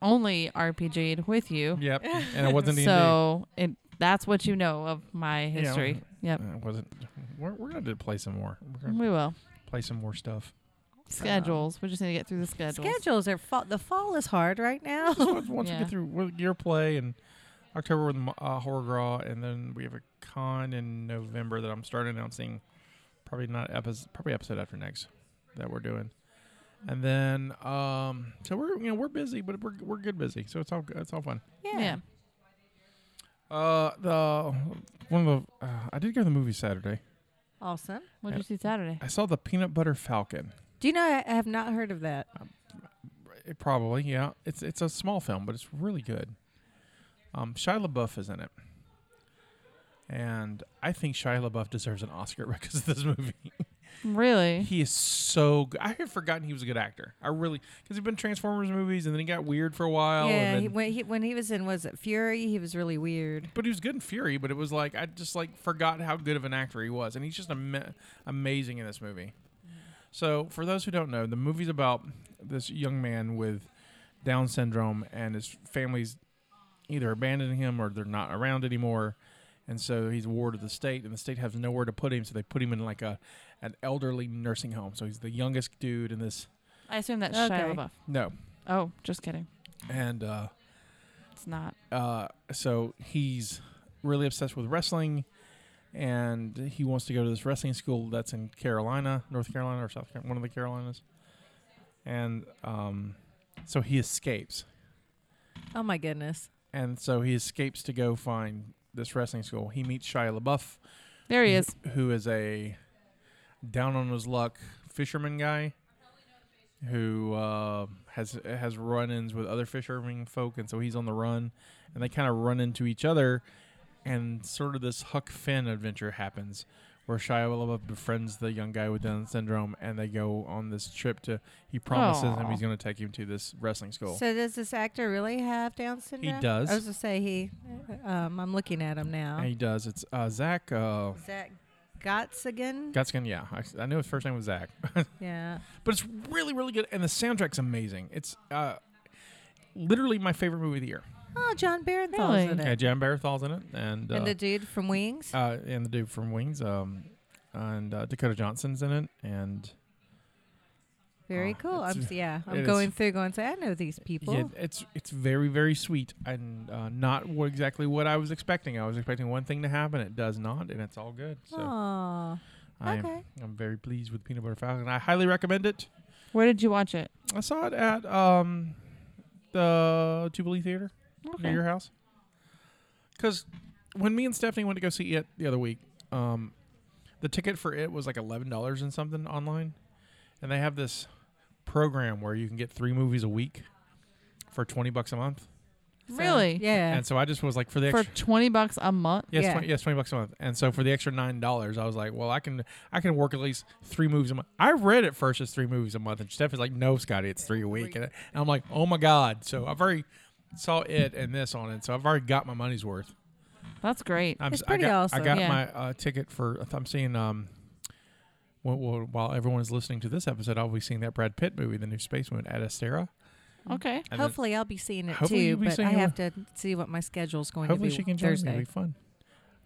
Speaker 5: only RPG'd with you,
Speaker 3: Yep, and I wasn't D and
Speaker 5: Oh. so it that's what you know of my history. Yep.
Speaker 3: D. I Uh, wasn't. We're, we're gonna play some more. We're gonna
Speaker 5: We will
Speaker 3: play some more stuff. Uh,
Speaker 5: schedules. We just need to get through the schedules.
Speaker 4: Schedules are fall. The fall is hard right now.
Speaker 3: Just once, once we
Speaker 5: Yeah.
Speaker 3: get through well, your play and October with uh, Horror Graw, and then we have a con in November that I'm starting announcing. Probably not episode, probably episode after next that we're doing, and then um, so we're you know we're busy, but we're we're good busy, so it's all good, it's all fun.
Speaker 5: Yeah.
Speaker 3: Uh, the one of the uh, I did go to the movie Saturday.
Speaker 4: Awesome.
Speaker 5: What did you see Saturday?
Speaker 3: I saw the Peanut Butter Falcon.
Speaker 4: Do you know I I have not heard of that?
Speaker 3: It probably yeah. It's it's a small film, but it's really good. Um, Shia LaBeouf is in it, and I think Shia LaBeouf deserves an Oscar because of this movie.
Speaker 5: Really?
Speaker 3: he is so good. I had forgotten he was a good actor. I really because he's been Transformers movies, and then he got weird for a while. and
Speaker 4: yeah.
Speaker 3: Oh, then-
Speaker 4: He, when he when he was in was it Fury? He was really weird.
Speaker 3: but he was good in Fury. But it was like I just like forgot how good of an actor he was, and he's just ama- amazing in this movie. So for those who don't know, the movie's about this young man with Down syndrome, and his family's either abandoning him or they're not around anymore, and so he's a ward of the state, and the state has nowhere to put him, so they put him in like a an elderly nursing home. So he's the youngest dude in this.
Speaker 5: I assume that's Shia
Speaker 4: Okay.
Speaker 5: LaBeouf.
Speaker 3: No,
Speaker 5: Oh, just kidding.
Speaker 3: and uh,
Speaker 5: It's not.
Speaker 3: uh, so he's really obsessed with wrestling and he wants to go to this wrestling school that's in Carolina, North Carolina or South Carolina, one of the Carolinas. And um, so he escapes.
Speaker 4: Oh my goodness.
Speaker 3: And so he escapes to go find this wrestling school. He meets Shia LaBeouf,
Speaker 5: There
Speaker 3: Mm-hmm.
Speaker 5: he is.
Speaker 3: who is a down on his luck fisherman guy who uh, has has run-ins with other fishermen folk, and so he's on the run, and they kind of run into each other, and sort of this Huck Finn adventure happens, where Shia LaBeouf befriends the young guy with Down syndrome, and they go on this trip to. He promises him
Speaker 5: Aw.
Speaker 3: he's going to take him to this wrestling school.
Speaker 4: So does this actor really have Down syndrome?
Speaker 3: does.
Speaker 4: I was gonna say he. Um, I'm looking at him now.
Speaker 3: and he does. It's uh, Zach uh,
Speaker 4: Zach Gottsigan.
Speaker 3: Gutskin. Yeah, I, I knew his first name was Zach.
Speaker 4: yeah.
Speaker 3: but it's really really good and the soundtrack's amazing it's uh literally my favorite movie of the year
Speaker 4: Oh, John Barenthal's
Speaker 5: Really?
Speaker 4: in it.
Speaker 3: yeah Jan Barathal's in it and uh,
Speaker 4: And the dude from Wings.
Speaker 3: uh, and the dude from Wings um and uh, Dakota Johnson's in it and
Speaker 4: Very
Speaker 3: oh,
Speaker 4: cool. I'm,
Speaker 3: it's-
Speaker 4: yeah,
Speaker 3: it
Speaker 4: I'm
Speaker 3: is.
Speaker 4: going through going. Say, I know these people.
Speaker 3: yeah, it's it's very very sweet and uh, not what, exactly what I was expecting I was expecting one thing to happen it does not and it's all good so
Speaker 4: Aw.
Speaker 3: I am,
Speaker 4: Oh, okay.
Speaker 3: I'm very pleased with Peanut Butter Falcon I highly recommend it
Speaker 5: Where did you watch it?
Speaker 3: I saw it at um the Jubilee Theater near your house? Because when me and Stephanie went to go see it the other week, um, the ticket for it was like eleven dollars and something online, and they have this program where you can get three movies a week for twenty bucks a month.
Speaker 4: So,
Speaker 5: Really?
Speaker 4: yeah.
Speaker 3: And so I just was like, for the
Speaker 5: For
Speaker 3: extra,
Speaker 5: twenty bucks a month.
Speaker 3: yes,
Speaker 4: yeah.
Speaker 3: 20, yes, twenty bucks a month. And so for the extra nine dollars, I was like, well, I can, I can work at least three movies a month. I read it first as three movies a month, and Stephanie's like, no, Scotty, it's three a week, and, I- and I'm like, oh my god. So I've already saw it and this on it, so I've already got my money's worth.
Speaker 5: That's great.
Speaker 3: I'm
Speaker 4: It's
Speaker 3: s-
Speaker 4: pretty
Speaker 3: I got,
Speaker 4: awesome.
Speaker 3: I got
Speaker 5: Yeah.
Speaker 3: my uh, ticket for. I'm seeing. Um, well, well, while everyone is listening to this episode, I'll be seeing that Brad Pitt movie, the new space movie, Adastera.
Speaker 5: Okay.
Speaker 3: And then
Speaker 4: Hopefully, I'll be seeing it
Speaker 3: Hopefully
Speaker 4: too,
Speaker 3: you'll be
Speaker 4: but
Speaker 3: seeing
Speaker 4: I
Speaker 3: it.
Speaker 4: have to see what my schedule's going
Speaker 3: hopefully
Speaker 4: to be
Speaker 3: she can join me.
Speaker 4: Thursday.
Speaker 3: It'll be fun.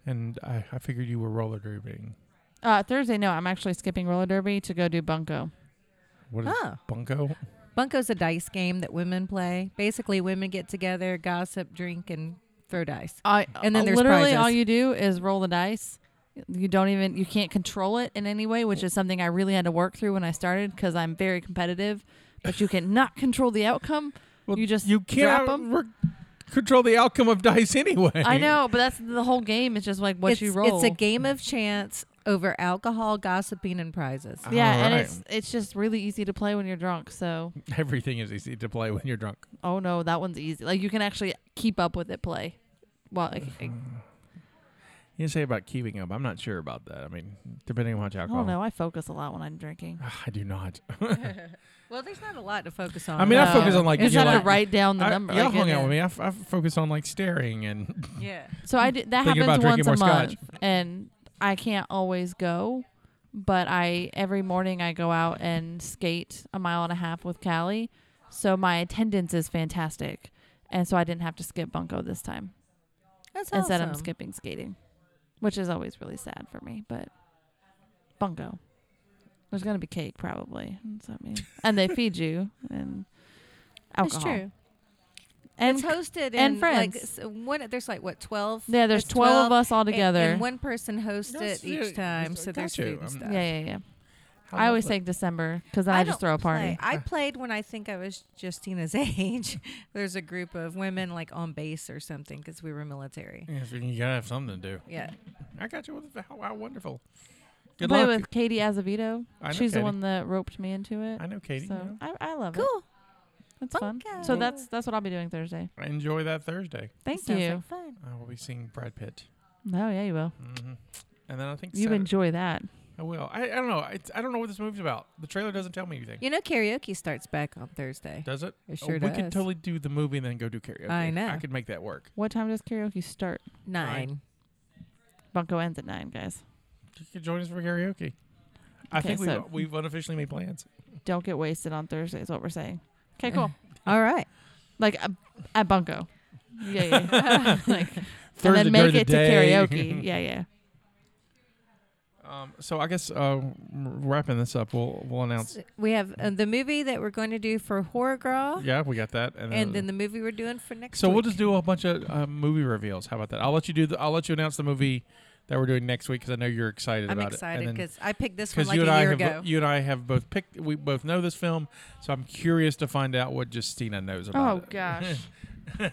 Speaker 3: And I, I figured you were roller derbying.
Speaker 5: Uh, Thursday. No, I'm actually skipping roller derby to go do bunko.
Speaker 3: What is
Speaker 4: Oh,
Speaker 3: bunko?
Speaker 4: Bunko's a dice game that women play. Basically, women get together, gossip, drink, and throw dice.
Speaker 5: I, uh,
Speaker 4: And then there's
Speaker 5: literally
Speaker 4: prizes.
Speaker 5: all you do is roll the dice. You don't even you can't control it in any way, which is something I really had to work through when I started because I'm very competitive. But you cannot control the outcome. you just
Speaker 3: you
Speaker 5: drop
Speaker 3: can't
Speaker 5: 'em.
Speaker 3: re- control the outcome of dice anyway.
Speaker 5: I know, but that's the whole game. It's just like what
Speaker 4: it's,
Speaker 5: you roll.
Speaker 4: It's a game of chance over alcohol, gossiping, and prizes.
Speaker 5: Yeah, and
Speaker 3: Alright.
Speaker 5: it's it's just really easy to play when you're drunk. So
Speaker 3: Everything is easy to play when you're drunk.
Speaker 5: oh no, that one's easy. Like you can actually keep up with it. Play. Well, like, I,
Speaker 3: You say about keeping up. I'm not sure about that. I mean, depending on how much
Speaker 5: I
Speaker 3: alcohol. Ah,
Speaker 5: don't know. I focus a lot when I'm drinking.
Speaker 3: I do not.
Speaker 4: Well, there's not a lot to focus on.
Speaker 3: I mean, I
Speaker 5: No.
Speaker 3: focus on, like,
Speaker 5: you
Speaker 3: you
Speaker 5: just have
Speaker 3: like-
Speaker 5: to write down the
Speaker 3: I,
Speaker 5: number.
Speaker 3: y'all
Speaker 5: like,
Speaker 3: hung
Speaker 5: in
Speaker 3: out
Speaker 5: it.
Speaker 3: with me. I, f- I focus on like staring and
Speaker 4: Yeah.
Speaker 5: So
Speaker 3: Mm.
Speaker 5: I did, that
Speaker 3: Thinking
Speaker 5: happens
Speaker 3: about drinking
Speaker 5: once a
Speaker 3: more scotch.
Speaker 5: month, and I can't always go, but I every morning I go out and skate a mile and a half with Callie, so my attendance is fantastic, and so I didn't have to skip bunko this time.
Speaker 4: That's
Speaker 5: Instead, I'm
Speaker 4: awesome.
Speaker 5: skipping skating, which is always really sad for me. But bunko, there's gonna be cake probably. That's what I mean. and they feed you and alcohol.
Speaker 4: It's true.
Speaker 5: And
Speaker 4: it's hosted
Speaker 5: and
Speaker 4: in,
Speaker 5: friends.
Speaker 4: Like, s- one, there's like what twelve.
Speaker 5: yeah, there's 12 of us all
Speaker 4: and-
Speaker 5: together.
Speaker 4: and, one person hosts
Speaker 3: That's
Speaker 4: it each
Speaker 3: really-
Speaker 4: time.
Speaker 3: that's-
Speaker 4: So
Speaker 3: I
Speaker 4: there's
Speaker 3: got you. Um,
Speaker 4: food and
Speaker 3: I'm-
Speaker 4: stuff.
Speaker 5: yeah, yeah, yeah. I always say December because then I, just
Speaker 4: don't
Speaker 5: throw a party.
Speaker 4: play. I played when I think I was Justina's age. There's a group of women like on base or something because we were military.
Speaker 3: Yeah, so you gotta have something to do.
Speaker 4: Yeah.
Speaker 3: I got you. What the- How, how wonderful.
Speaker 5: I
Speaker 3: Good
Speaker 5: play
Speaker 3: luck.
Speaker 5: with Katie Azevedo.
Speaker 3: I know
Speaker 5: She's
Speaker 3: Katie.
Speaker 5: the one that roped me into it.
Speaker 3: I know Katie.
Speaker 5: so
Speaker 3: you know.
Speaker 5: I, I love it.
Speaker 4: Cool.
Speaker 5: That's fun.
Speaker 4: Bunko.
Speaker 5: So that's that's what I'll be doing Thursday.
Speaker 3: I enjoy that Thursday.
Speaker 5: Thank
Speaker 4: Sounds
Speaker 5: you.
Speaker 4: like fun.
Speaker 3: I will be seeing Brad Pitt.
Speaker 5: no, yeah, you will.
Speaker 3: hmm And then I think
Speaker 5: You
Speaker 3: Saturday-
Speaker 5: enjoy that.
Speaker 3: I will. I, I don't know. I, I don't know what this movie's about. The trailer doesn't tell me anything.
Speaker 4: You know, karaoke starts back on Thursday.
Speaker 3: Does it?
Speaker 4: It
Speaker 3: Oh,
Speaker 4: sure
Speaker 3: we
Speaker 4: does.
Speaker 3: could totally do the movie and then go do karaoke.
Speaker 4: I know.
Speaker 3: I could make that work.
Speaker 5: What time does karaoke start?
Speaker 4: nine.
Speaker 5: Bunko ends at nine, guys.
Speaker 3: You could join us for karaoke. I
Speaker 5: Okay,
Speaker 3: think we've,
Speaker 5: so-
Speaker 3: we've unofficially made plans.
Speaker 5: Don't get wasted on Thursday. Is what we're saying. Okay, cool.
Speaker 4: All right.
Speaker 5: like uh, at Bunko. Yeah, yeah. like, and
Speaker 3: Thursday
Speaker 5: then make
Speaker 3: during the
Speaker 5: it to
Speaker 3: day.
Speaker 5: karaoke. Yeah, yeah.
Speaker 3: Um, so I guess uh, wrapping this up, we'll we'll announce.
Speaker 4: S- We have uh, the movie that we're going to do for Horror Girl,
Speaker 3: Yeah, we got that, and,
Speaker 4: and then the movie we're doing for next.
Speaker 3: so we'll
Speaker 4: week.
Speaker 3: just do a bunch of uh, movie reveals. How about that? I'll let you do. The, I'll let you announce the movie that we're doing next week because I know you're excited
Speaker 4: I'm
Speaker 3: about it.
Speaker 4: excited
Speaker 3: And then-
Speaker 4: because I picked this one like
Speaker 3: you
Speaker 4: a
Speaker 3: and I
Speaker 4: year
Speaker 3: have
Speaker 4: ago.
Speaker 3: bo- you and I have both picked. We both know this film, so I'm curious to find out what Justina knows about.
Speaker 5: Oh
Speaker 3: it.
Speaker 5: gosh.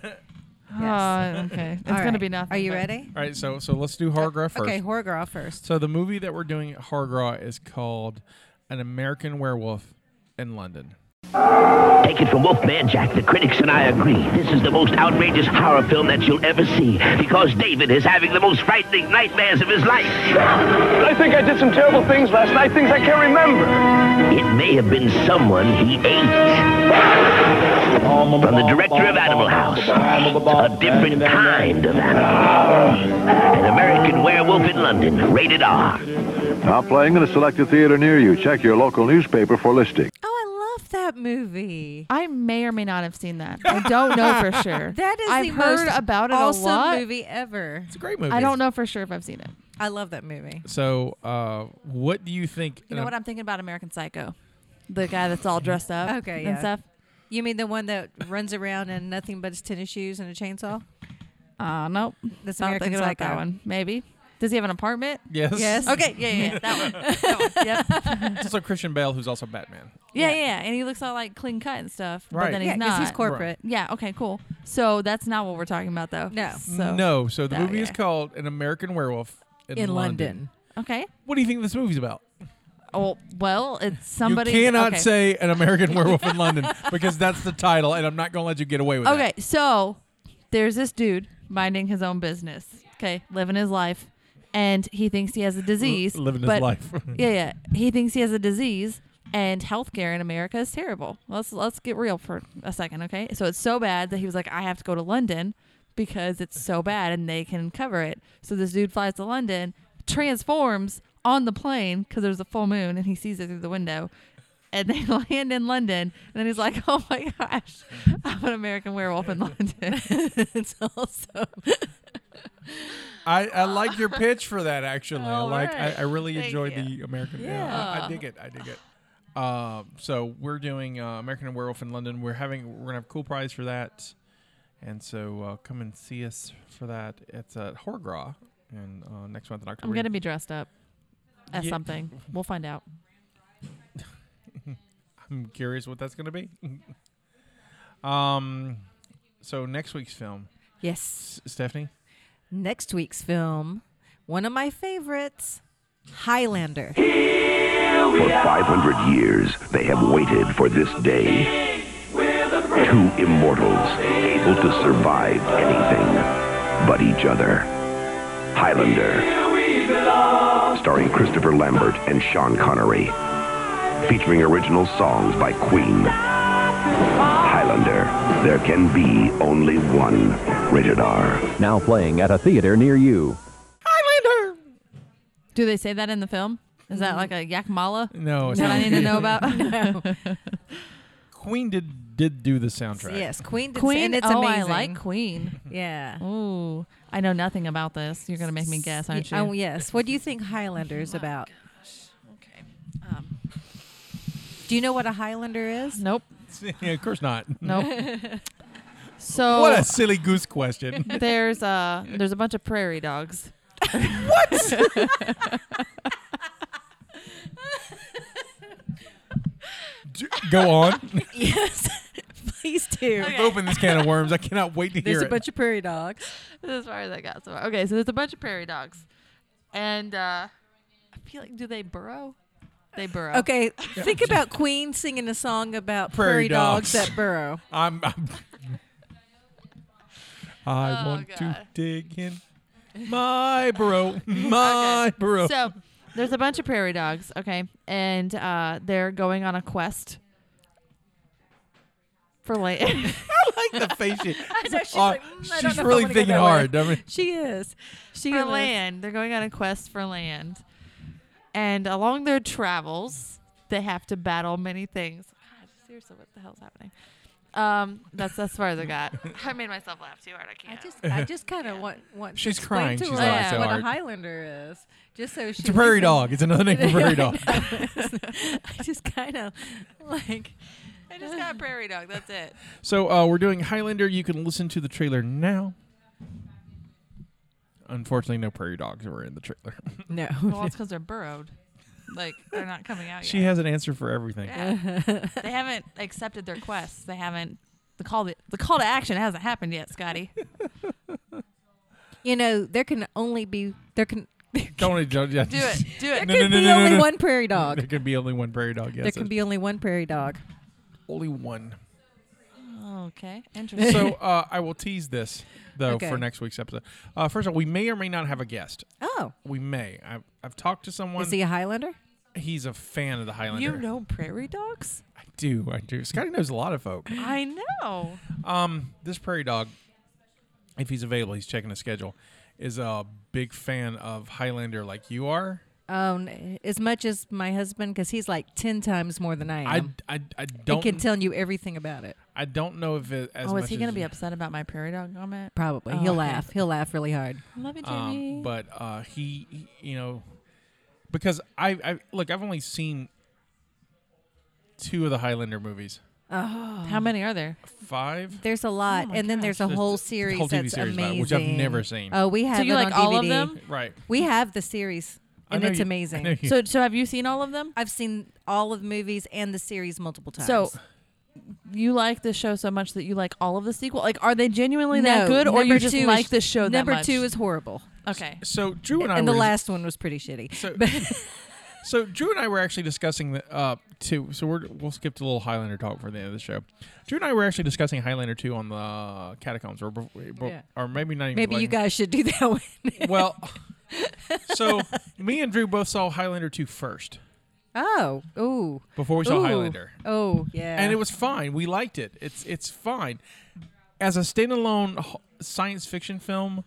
Speaker 4: Yes.
Speaker 5: Oh, okay. It's
Speaker 4: All
Speaker 5: gonna
Speaker 4: right.
Speaker 5: be nothing.
Speaker 4: Are you
Speaker 5: but-
Speaker 4: ready?
Speaker 3: All right, so so let's do horror graph first.
Speaker 4: Uh, Okay, Horror Girl first.
Speaker 3: So the movie that we're doing at Hargraw is called An American Werewolf in London.
Speaker 6: Take it from Wolfman Jack. The critics and I agree. This is the most outrageous horror film that you'll ever see because David is having the most frightening nightmares of his life.
Speaker 7: I think I did some terrible things last night, things I can't remember.
Speaker 6: It may have been someone he ate. From the director of Animal House, a different kind of animal. An American werewolf in London, rated R.
Speaker 8: Now playing in a selected theater near you. Check your local newspaper for listing.
Speaker 4: Oh, I love that movie.
Speaker 5: I may or may not have seen that. I don't know for sure.
Speaker 4: That is
Speaker 5: I've
Speaker 4: the
Speaker 5: heard
Speaker 4: most
Speaker 5: about it
Speaker 4: awesome
Speaker 5: a lot.
Speaker 4: movie ever.
Speaker 3: It's a great movie.
Speaker 5: I don't know for sure if I've seen it.
Speaker 4: I love that movie.
Speaker 3: So, uh, what do you think?
Speaker 5: You know what I'm thinking about American Psycho, the guy that's all dressed up,
Speaker 4: Okay,
Speaker 5: and
Speaker 4: yeah.
Speaker 5: stuff.
Speaker 4: You mean the one that runs around in nothing but his tennis shoes and a chainsaw?
Speaker 5: Uh, nope.
Speaker 4: That's
Speaker 5: Not
Speaker 4: American
Speaker 5: thinking about that
Speaker 4: Psycho.
Speaker 5: one. Maybe. Does he have an apartment?
Speaker 3: Yes.
Speaker 4: Yes.
Speaker 5: Okay. Yeah, yeah, yeah. that one. That one. Yep.
Speaker 3: It's also Christian Bale, who's also Batman.
Speaker 5: Yeah, yeah, yeah. And he looks all like clean cut and stuff. But
Speaker 3: Right.
Speaker 5: then
Speaker 4: yeah,
Speaker 5: he's
Speaker 4: because
Speaker 5: not.
Speaker 4: he's corporate.
Speaker 5: Yeah. Okay. Cool. So that's not what we're talking about, though.
Speaker 4: No.
Speaker 5: So
Speaker 3: no. So the
Speaker 5: Oh,
Speaker 3: movie is
Speaker 5: yeah.
Speaker 3: called An American Werewolf in,
Speaker 4: In
Speaker 3: London.
Speaker 4: London.
Speaker 5: Okay.
Speaker 3: What do you think this movie's about?
Speaker 5: Oh well, it's somebody.
Speaker 3: you cannot
Speaker 5: okay.
Speaker 3: say An American Werewolf in London because that's the title, and I'm not going to let you get away with
Speaker 5: Okay, so there's this dude minding his own business. Okay, living his life, and he thinks he has a disease.
Speaker 3: living his
Speaker 5: but-
Speaker 3: life.
Speaker 5: yeah, yeah. He thinks he has a disease, and healthcare in America is terrible. Let's let's get real for a second, okay? So it's so bad that he was like, I have to go to London because it's so bad, and they can cover it. So this dude flies to London, transforms on the plane because there's a full moon, and he sees it through the window. And they land in London, and then he's like, "Oh my gosh, I'm an American werewolf in London."
Speaker 4: it's also
Speaker 3: I, I like your pitch for that actually. I like I,
Speaker 5: right.
Speaker 3: I really
Speaker 5: Thank
Speaker 3: enjoyed
Speaker 5: you.
Speaker 3: the American yeah. I, I dig it. I dig it. Um, so we're doing uh, American Werewolf in London. We're having we're gonna have cool prize for that. And so uh, come and see us for that. It's at Horgra and uh, next month in October.
Speaker 5: I'm gonna be dressed up as
Speaker 3: Yeah.
Speaker 5: something. We'll find out.
Speaker 3: I'm curious what that's gonna be. um, so next week's film,
Speaker 4: Yes.
Speaker 3: S- Stephanie.
Speaker 4: Next week's film, one of my favorites, Highlander.
Speaker 6: For 500 years, they have waited for this day. Two immortals able to survive anything but each other. Highlander. Starring Christopher Lambert and Sean Connery. Featuring original songs by Queen. Highlander. There can be only one. Rated R.
Speaker 9: Now playing at a theater near you.
Speaker 5: Do they say that in the film? Is that like a yakmala?
Speaker 3: No, it's
Speaker 5: Is that I
Speaker 3: not.
Speaker 5: need to know about?
Speaker 3: Queen did did do the soundtrack.
Speaker 4: Yes, Queen. Did,
Speaker 5: Queen.
Speaker 4: and it's
Speaker 5: oh,
Speaker 4: amazing.
Speaker 5: I like Queen.
Speaker 4: Yeah.
Speaker 5: Ooh, I know nothing about this. You're gonna make me guess, aren't you? Oh
Speaker 4: Oh yes. What do you think Highlander is about?
Speaker 5: Okay. Um,
Speaker 4: Do you know what a Highlander is?
Speaker 5: nope.
Speaker 3: yeah, of course not.
Speaker 5: Nope. so
Speaker 3: What a silly goose question.
Speaker 5: there's uh there's a bunch of prairie dogs.
Speaker 3: D- Go on.
Speaker 4: Yes. Please do.
Speaker 3: Open this can of worms. I cannot wait to
Speaker 4: There's
Speaker 3: hear
Speaker 4: a bunch of prairie dogs.
Speaker 5: As far as I got so far. Okay, so there's a bunch of prairie dogs, and uh, I feel like do they burrow? They burrow.
Speaker 4: Okay, think about Queen singing a song about
Speaker 3: Prairie
Speaker 4: Oh. prairie, dogs.
Speaker 3: dogs.
Speaker 4: that burrow.
Speaker 3: it. I'm. I'm
Speaker 4: Oh,
Speaker 3: I want to
Speaker 5: God.
Speaker 3: dig in my bro, my bro.
Speaker 5: So there's a bunch of prairie dogs. Okay, and uh, they're going on a quest for land.
Speaker 3: like the face. She,
Speaker 4: she's
Speaker 3: Uh,
Speaker 4: like, "Mm, I don't know
Speaker 3: she's
Speaker 4: if I
Speaker 3: really
Speaker 4: wanna go
Speaker 3: thinking
Speaker 4: that way."
Speaker 3: hard. I mean,
Speaker 4: She is. She
Speaker 5: for
Speaker 4: is.
Speaker 5: land. They're going on a quest for land, and along their travels, they have to battle many things. God, seriously, what the hell's happening? Um, that's as far as I got. I made myself laugh too hard. I
Speaker 4: I
Speaker 5: can't.
Speaker 4: just, I just kind of want, want. to
Speaker 3: She's
Speaker 4: explain
Speaker 3: crying.
Speaker 4: To
Speaker 3: She's
Speaker 4: her
Speaker 3: laughing
Speaker 5: so
Speaker 4: what
Speaker 3: hard.
Speaker 4: a Highlander is, just so she.
Speaker 3: it's a prairie dog. It's another name for prairie dog.
Speaker 4: I just kind of like.
Speaker 5: I just got prairie dog. That's it.
Speaker 3: So uh, we're doing Highlander. You can listen to the trailer now. Unfortunately, no prairie dogs were in the trailer.
Speaker 4: No.
Speaker 5: Well, it's because they're burrowed. Like they're not coming out
Speaker 3: She
Speaker 5: yet.
Speaker 3: has an answer for everything.
Speaker 5: Yeah. they haven't accepted their quests. They haven't. The call to, the call to action hasn't happened yet, Scotty.
Speaker 4: You know, there can only be there can there
Speaker 3: Don't want to judge. Yeah.
Speaker 5: Do it. Do it.
Speaker 3: No,
Speaker 4: can
Speaker 3: no, no,
Speaker 4: be
Speaker 3: no, no,
Speaker 4: only
Speaker 3: no.
Speaker 4: one prairie dog.
Speaker 3: There can be only one prairie dog. Yes,
Speaker 4: There can be only one prairie dog.
Speaker 3: only one.
Speaker 5: okay. Interesting.
Speaker 3: so uh, I will tease this though
Speaker 4: Okay.
Speaker 3: for next week's episode. Uh, first of all, we may or may not have a guest.
Speaker 4: Oh,
Speaker 3: We may. I've, I've talked to someone.
Speaker 4: is he a Highlander?
Speaker 3: He's a fan of the Highlander.
Speaker 5: you know prairie dogs?
Speaker 3: I do. I do. Scotty knows a lot of folk.
Speaker 5: I know.
Speaker 3: Um, this prairie dog, if he's available, he's checking his schedule. Is a big fan of Highlander, like you are.
Speaker 4: Um, as much as my husband, because he's like ten times more than I
Speaker 3: I,
Speaker 4: am.
Speaker 3: I, I
Speaker 4: I
Speaker 3: don't.
Speaker 4: can tell you everything about it.
Speaker 3: I don't know if it. As
Speaker 5: oh,
Speaker 3: much
Speaker 5: is he
Speaker 3: as
Speaker 5: gonna be
Speaker 3: you-
Speaker 5: upset about my prairie dog comment?
Speaker 4: Probably,
Speaker 5: Oh,
Speaker 4: he'll
Speaker 5: okay.
Speaker 4: laugh. He'll laugh really hard.
Speaker 5: Love you, Jamie.
Speaker 3: Um, but uh, he, he- you know, because I, I look, I've only seen two of the Highlander movies.
Speaker 5: How many are there?
Speaker 3: Five.
Speaker 4: There's a lot,
Speaker 5: my
Speaker 4: and then there's a
Speaker 3: Oh, There's
Speaker 4: whole
Speaker 3: the- the
Speaker 4: series
Speaker 3: whole TV
Speaker 4: that's
Speaker 3: series about
Speaker 4: amazing,
Speaker 3: it, which I've never seen.
Speaker 4: Oh, we have.
Speaker 5: So you
Speaker 4: it
Speaker 5: like
Speaker 4: on
Speaker 5: all of
Speaker 4: DVD.
Speaker 5: them?
Speaker 3: Right.
Speaker 4: We have the series,
Speaker 3: I
Speaker 4: and
Speaker 3: know
Speaker 4: it's
Speaker 3: you- I
Speaker 4: amazing.
Speaker 3: know you-
Speaker 5: So, so have you seen all of them?
Speaker 4: I've seen all of the movies and the series multiple times.
Speaker 5: So, you like the show so much that you like all of the sequel? Like, are they genuinely that
Speaker 4: No,
Speaker 5: good, or
Speaker 4: number
Speaker 5: you just
Speaker 4: two
Speaker 5: like
Speaker 4: is,
Speaker 5: the show that
Speaker 4: Number
Speaker 5: much?
Speaker 4: two is horrible,
Speaker 5: okay.
Speaker 3: so Drew and I
Speaker 4: and
Speaker 3: were
Speaker 4: the last one was pretty shitty.
Speaker 3: So, so Drew and I were actually discussing the uh two. So we're we'll skip to a little Highlander talk for the end of the show. Drew and I were actually discussing Highlander two on the uh, catacombs, or bef- or,
Speaker 4: Yeah.
Speaker 3: or maybe not. Even
Speaker 4: Maybe you
Speaker 3: like-
Speaker 4: guys should do that one.
Speaker 3: Well, so me and Drew both saw Highlander two first
Speaker 4: oh, ooh,
Speaker 3: before we saw
Speaker 4: Ooh.
Speaker 3: Highlander,
Speaker 4: oh, yeah.
Speaker 3: and it was fine. We liked it. It's it's fine as a standalone h- science fiction film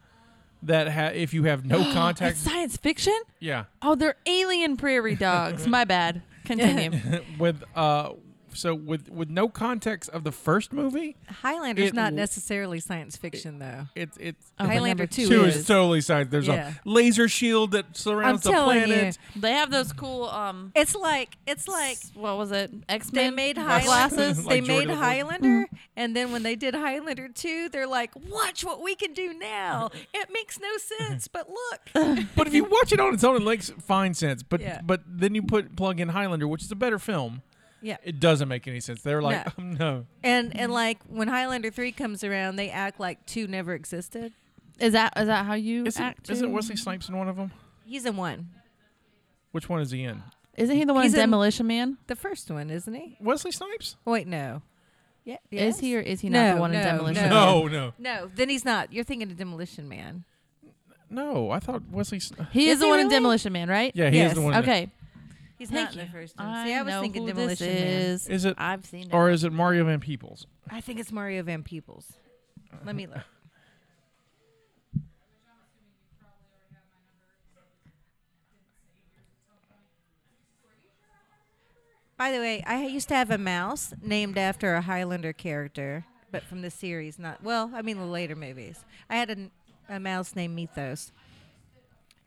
Speaker 3: that ha- if you have no
Speaker 5: It's
Speaker 3: contact,
Speaker 5: science fiction.
Speaker 3: yeah,
Speaker 5: Oh, they're alien prairie dogs. My bad. Continue.
Speaker 3: with uh so with with no context of the first movie,
Speaker 4: Highlander's
Speaker 3: It
Speaker 4: not
Speaker 3: w-
Speaker 4: necessarily science fiction, though.
Speaker 3: it's it's
Speaker 5: but
Speaker 4: Highlander
Speaker 5: number
Speaker 4: two,
Speaker 3: two
Speaker 4: Oh, is.
Speaker 3: is totally science. There's
Speaker 4: Yeah.
Speaker 3: a laser shield that
Speaker 4: I'm
Speaker 3: surrounds the
Speaker 4: telling you,
Speaker 3: planet.
Speaker 5: They have those cool um
Speaker 4: it's like it's like
Speaker 5: s- what was it? X
Speaker 4: they
Speaker 5: Men
Speaker 4: made Highlander.
Speaker 5: glasses.
Speaker 3: Like
Speaker 4: they
Speaker 3: Jordan
Speaker 4: made
Speaker 3: Belfort.
Speaker 4: Highlander,
Speaker 5: Mm.
Speaker 4: and then when they did Highlander two, they're like, "Watch what we can do now." It makes no sense, but look,
Speaker 3: But if you watch it on its own, it makes fine sense. But
Speaker 4: Yeah.
Speaker 3: but then you put plug in Highlander, which is a better film.
Speaker 4: yeah.
Speaker 3: It Mm-hmm. doesn't make any sense. They're like,
Speaker 4: No.
Speaker 3: oh, no.
Speaker 4: And and like when Highlander three comes around, they act like two never existed.
Speaker 5: Is that is that how you
Speaker 3: Isn't,
Speaker 5: act?
Speaker 3: isn't
Speaker 5: too?
Speaker 3: Wesley Snipes in one of them?
Speaker 4: He's in one,
Speaker 3: Which one is he in?
Speaker 5: Isn't he the one in
Speaker 4: He's in-
Speaker 5: Demolition Man?
Speaker 4: the first one, isn't he?
Speaker 3: Wesley Snipes?
Speaker 4: Wait, no. Yeah, yes?
Speaker 5: Is he or is he not
Speaker 4: No,
Speaker 5: the one in
Speaker 4: no,
Speaker 5: Demolition? Man?
Speaker 3: No, no,
Speaker 4: No, then he's not. You're thinking of Demolition Man.
Speaker 3: no. I thought Wesley. Sn-
Speaker 5: He is,
Speaker 4: Is
Speaker 5: the
Speaker 4: he
Speaker 5: one in
Speaker 4: really?
Speaker 5: Demolition Man, right?
Speaker 3: yeah, he
Speaker 4: Yes.
Speaker 3: is the one. that-
Speaker 5: Okay.
Speaker 4: He's
Speaker 5: Thank
Speaker 4: not in
Speaker 5: you.
Speaker 4: the first one. See, I, was
Speaker 5: know
Speaker 4: thinking
Speaker 5: who
Speaker 4: Demolition
Speaker 5: this
Speaker 4: Man.
Speaker 5: is.
Speaker 3: Is it-
Speaker 5: I've seen it.
Speaker 3: Or is it Mario Van Peebles?
Speaker 4: I think it's Mario Van Peebles. Let me look. By the way, I used to have a mouse named after a Highlander character, but from the series, not well. I mean, the later movies. I had a, a mouse named Mythos.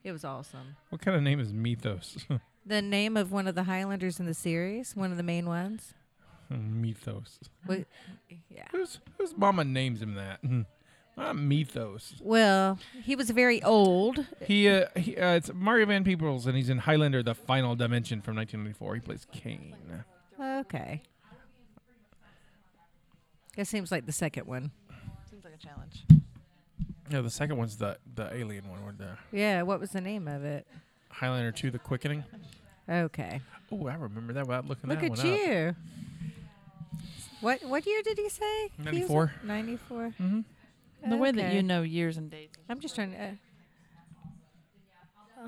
Speaker 4: It was awesome.
Speaker 3: What kind of name is Mythos?
Speaker 4: The name of one of the Highlanders in the series, one of the main ones.
Speaker 3: Mythos.
Speaker 4: wa- yeah.
Speaker 3: Who's whose mama names him that? Not Mythos.
Speaker 4: Well, he was very old.
Speaker 3: He, uh, he uh, it's Mario Van Peebles, and he's in Highlander: The Final Dimension from 1994. He plays Kane.
Speaker 4: Okay. That seems like the second one.
Speaker 5: Seems like a challenge.
Speaker 3: Yeah, the second one's the the alien one, or the
Speaker 4: Yeah, what was the name of it?
Speaker 3: Highlander Two: The Quickening.
Speaker 4: Okay.
Speaker 3: Oh, I remember that without looking
Speaker 4: Look
Speaker 3: that
Speaker 4: at
Speaker 3: one up.
Speaker 4: you. What what year did he say?
Speaker 3: 94.
Speaker 4: Ninety four.
Speaker 3: Mm-hmm.
Speaker 5: The way that you know years and dates.
Speaker 4: I'm just trying to.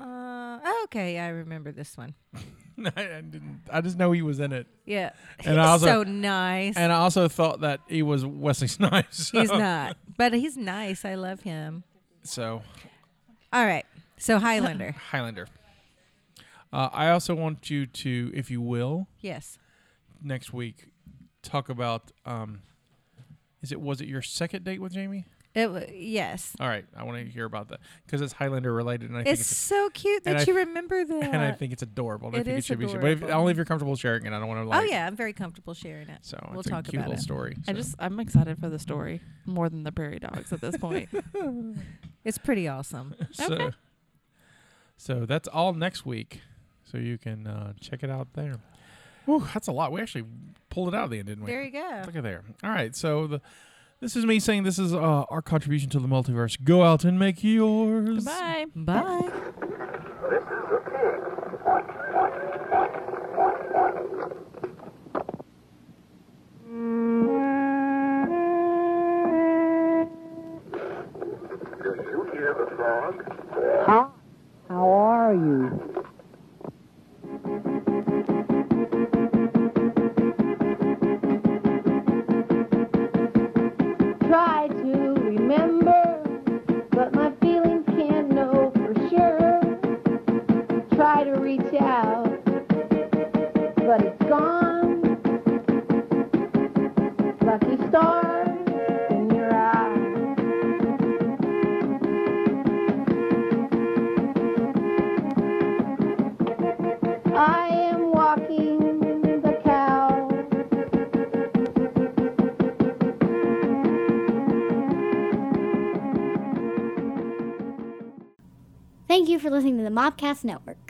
Speaker 4: Uh, uh, okay, I remember this one.
Speaker 3: I, I didn't. I just know he was in it,
Speaker 4: Yeah,
Speaker 3: And
Speaker 4: he's
Speaker 3: I also-
Speaker 4: so nice.
Speaker 3: and I also thought that he was Wesley Snipes.
Speaker 4: he's not, but he's nice. I love him.
Speaker 3: So
Speaker 4: All right, so Highlander.
Speaker 3: Highlander. Uh, I also want you to, if you will,
Speaker 4: yes.
Speaker 3: next week, talk about. Um, is it was it your second date with Jamie?
Speaker 4: It w- yes.
Speaker 3: All right, I want to hear about that because it's Highlander related, and I think
Speaker 4: It's
Speaker 3: it's,
Speaker 4: so cute
Speaker 3: and
Speaker 4: that
Speaker 3: I-
Speaker 4: you remember that.
Speaker 3: and I think it's adorable. and I
Speaker 4: it
Speaker 3: think
Speaker 4: is
Speaker 3: it should be, shared. but if,
Speaker 4: adorable.
Speaker 3: only if you're comfortable sharing it. I don't want to like.
Speaker 4: oh yeah, I'm very comfortable sharing it.
Speaker 3: So
Speaker 4: we'll
Speaker 3: it's
Speaker 4: talk
Speaker 3: a cute
Speaker 4: about
Speaker 3: little
Speaker 4: it.
Speaker 3: story.
Speaker 5: I
Speaker 3: so.
Speaker 5: just I'm excited for the story more than the prairie dogs at this point.
Speaker 4: It's pretty awesome.
Speaker 3: so, so that's all next week. So you can uh, check it out there. Whew, that's a lot. We actually pulled it out of the end, didn't we?
Speaker 4: there you go.
Speaker 3: Look at there. All right. So the, this is me saying this is uh, our contribution to the multiverse. Go out and make yours.
Speaker 5: Bye.
Speaker 4: Bye.
Speaker 10: How are you?
Speaker 1: Try to remember, but my feelings can't know for sure. Try to reach out, but it's gone. Lucky stars in your eyes. I am walking the cow. Thank you for listening to the Mobcast Network.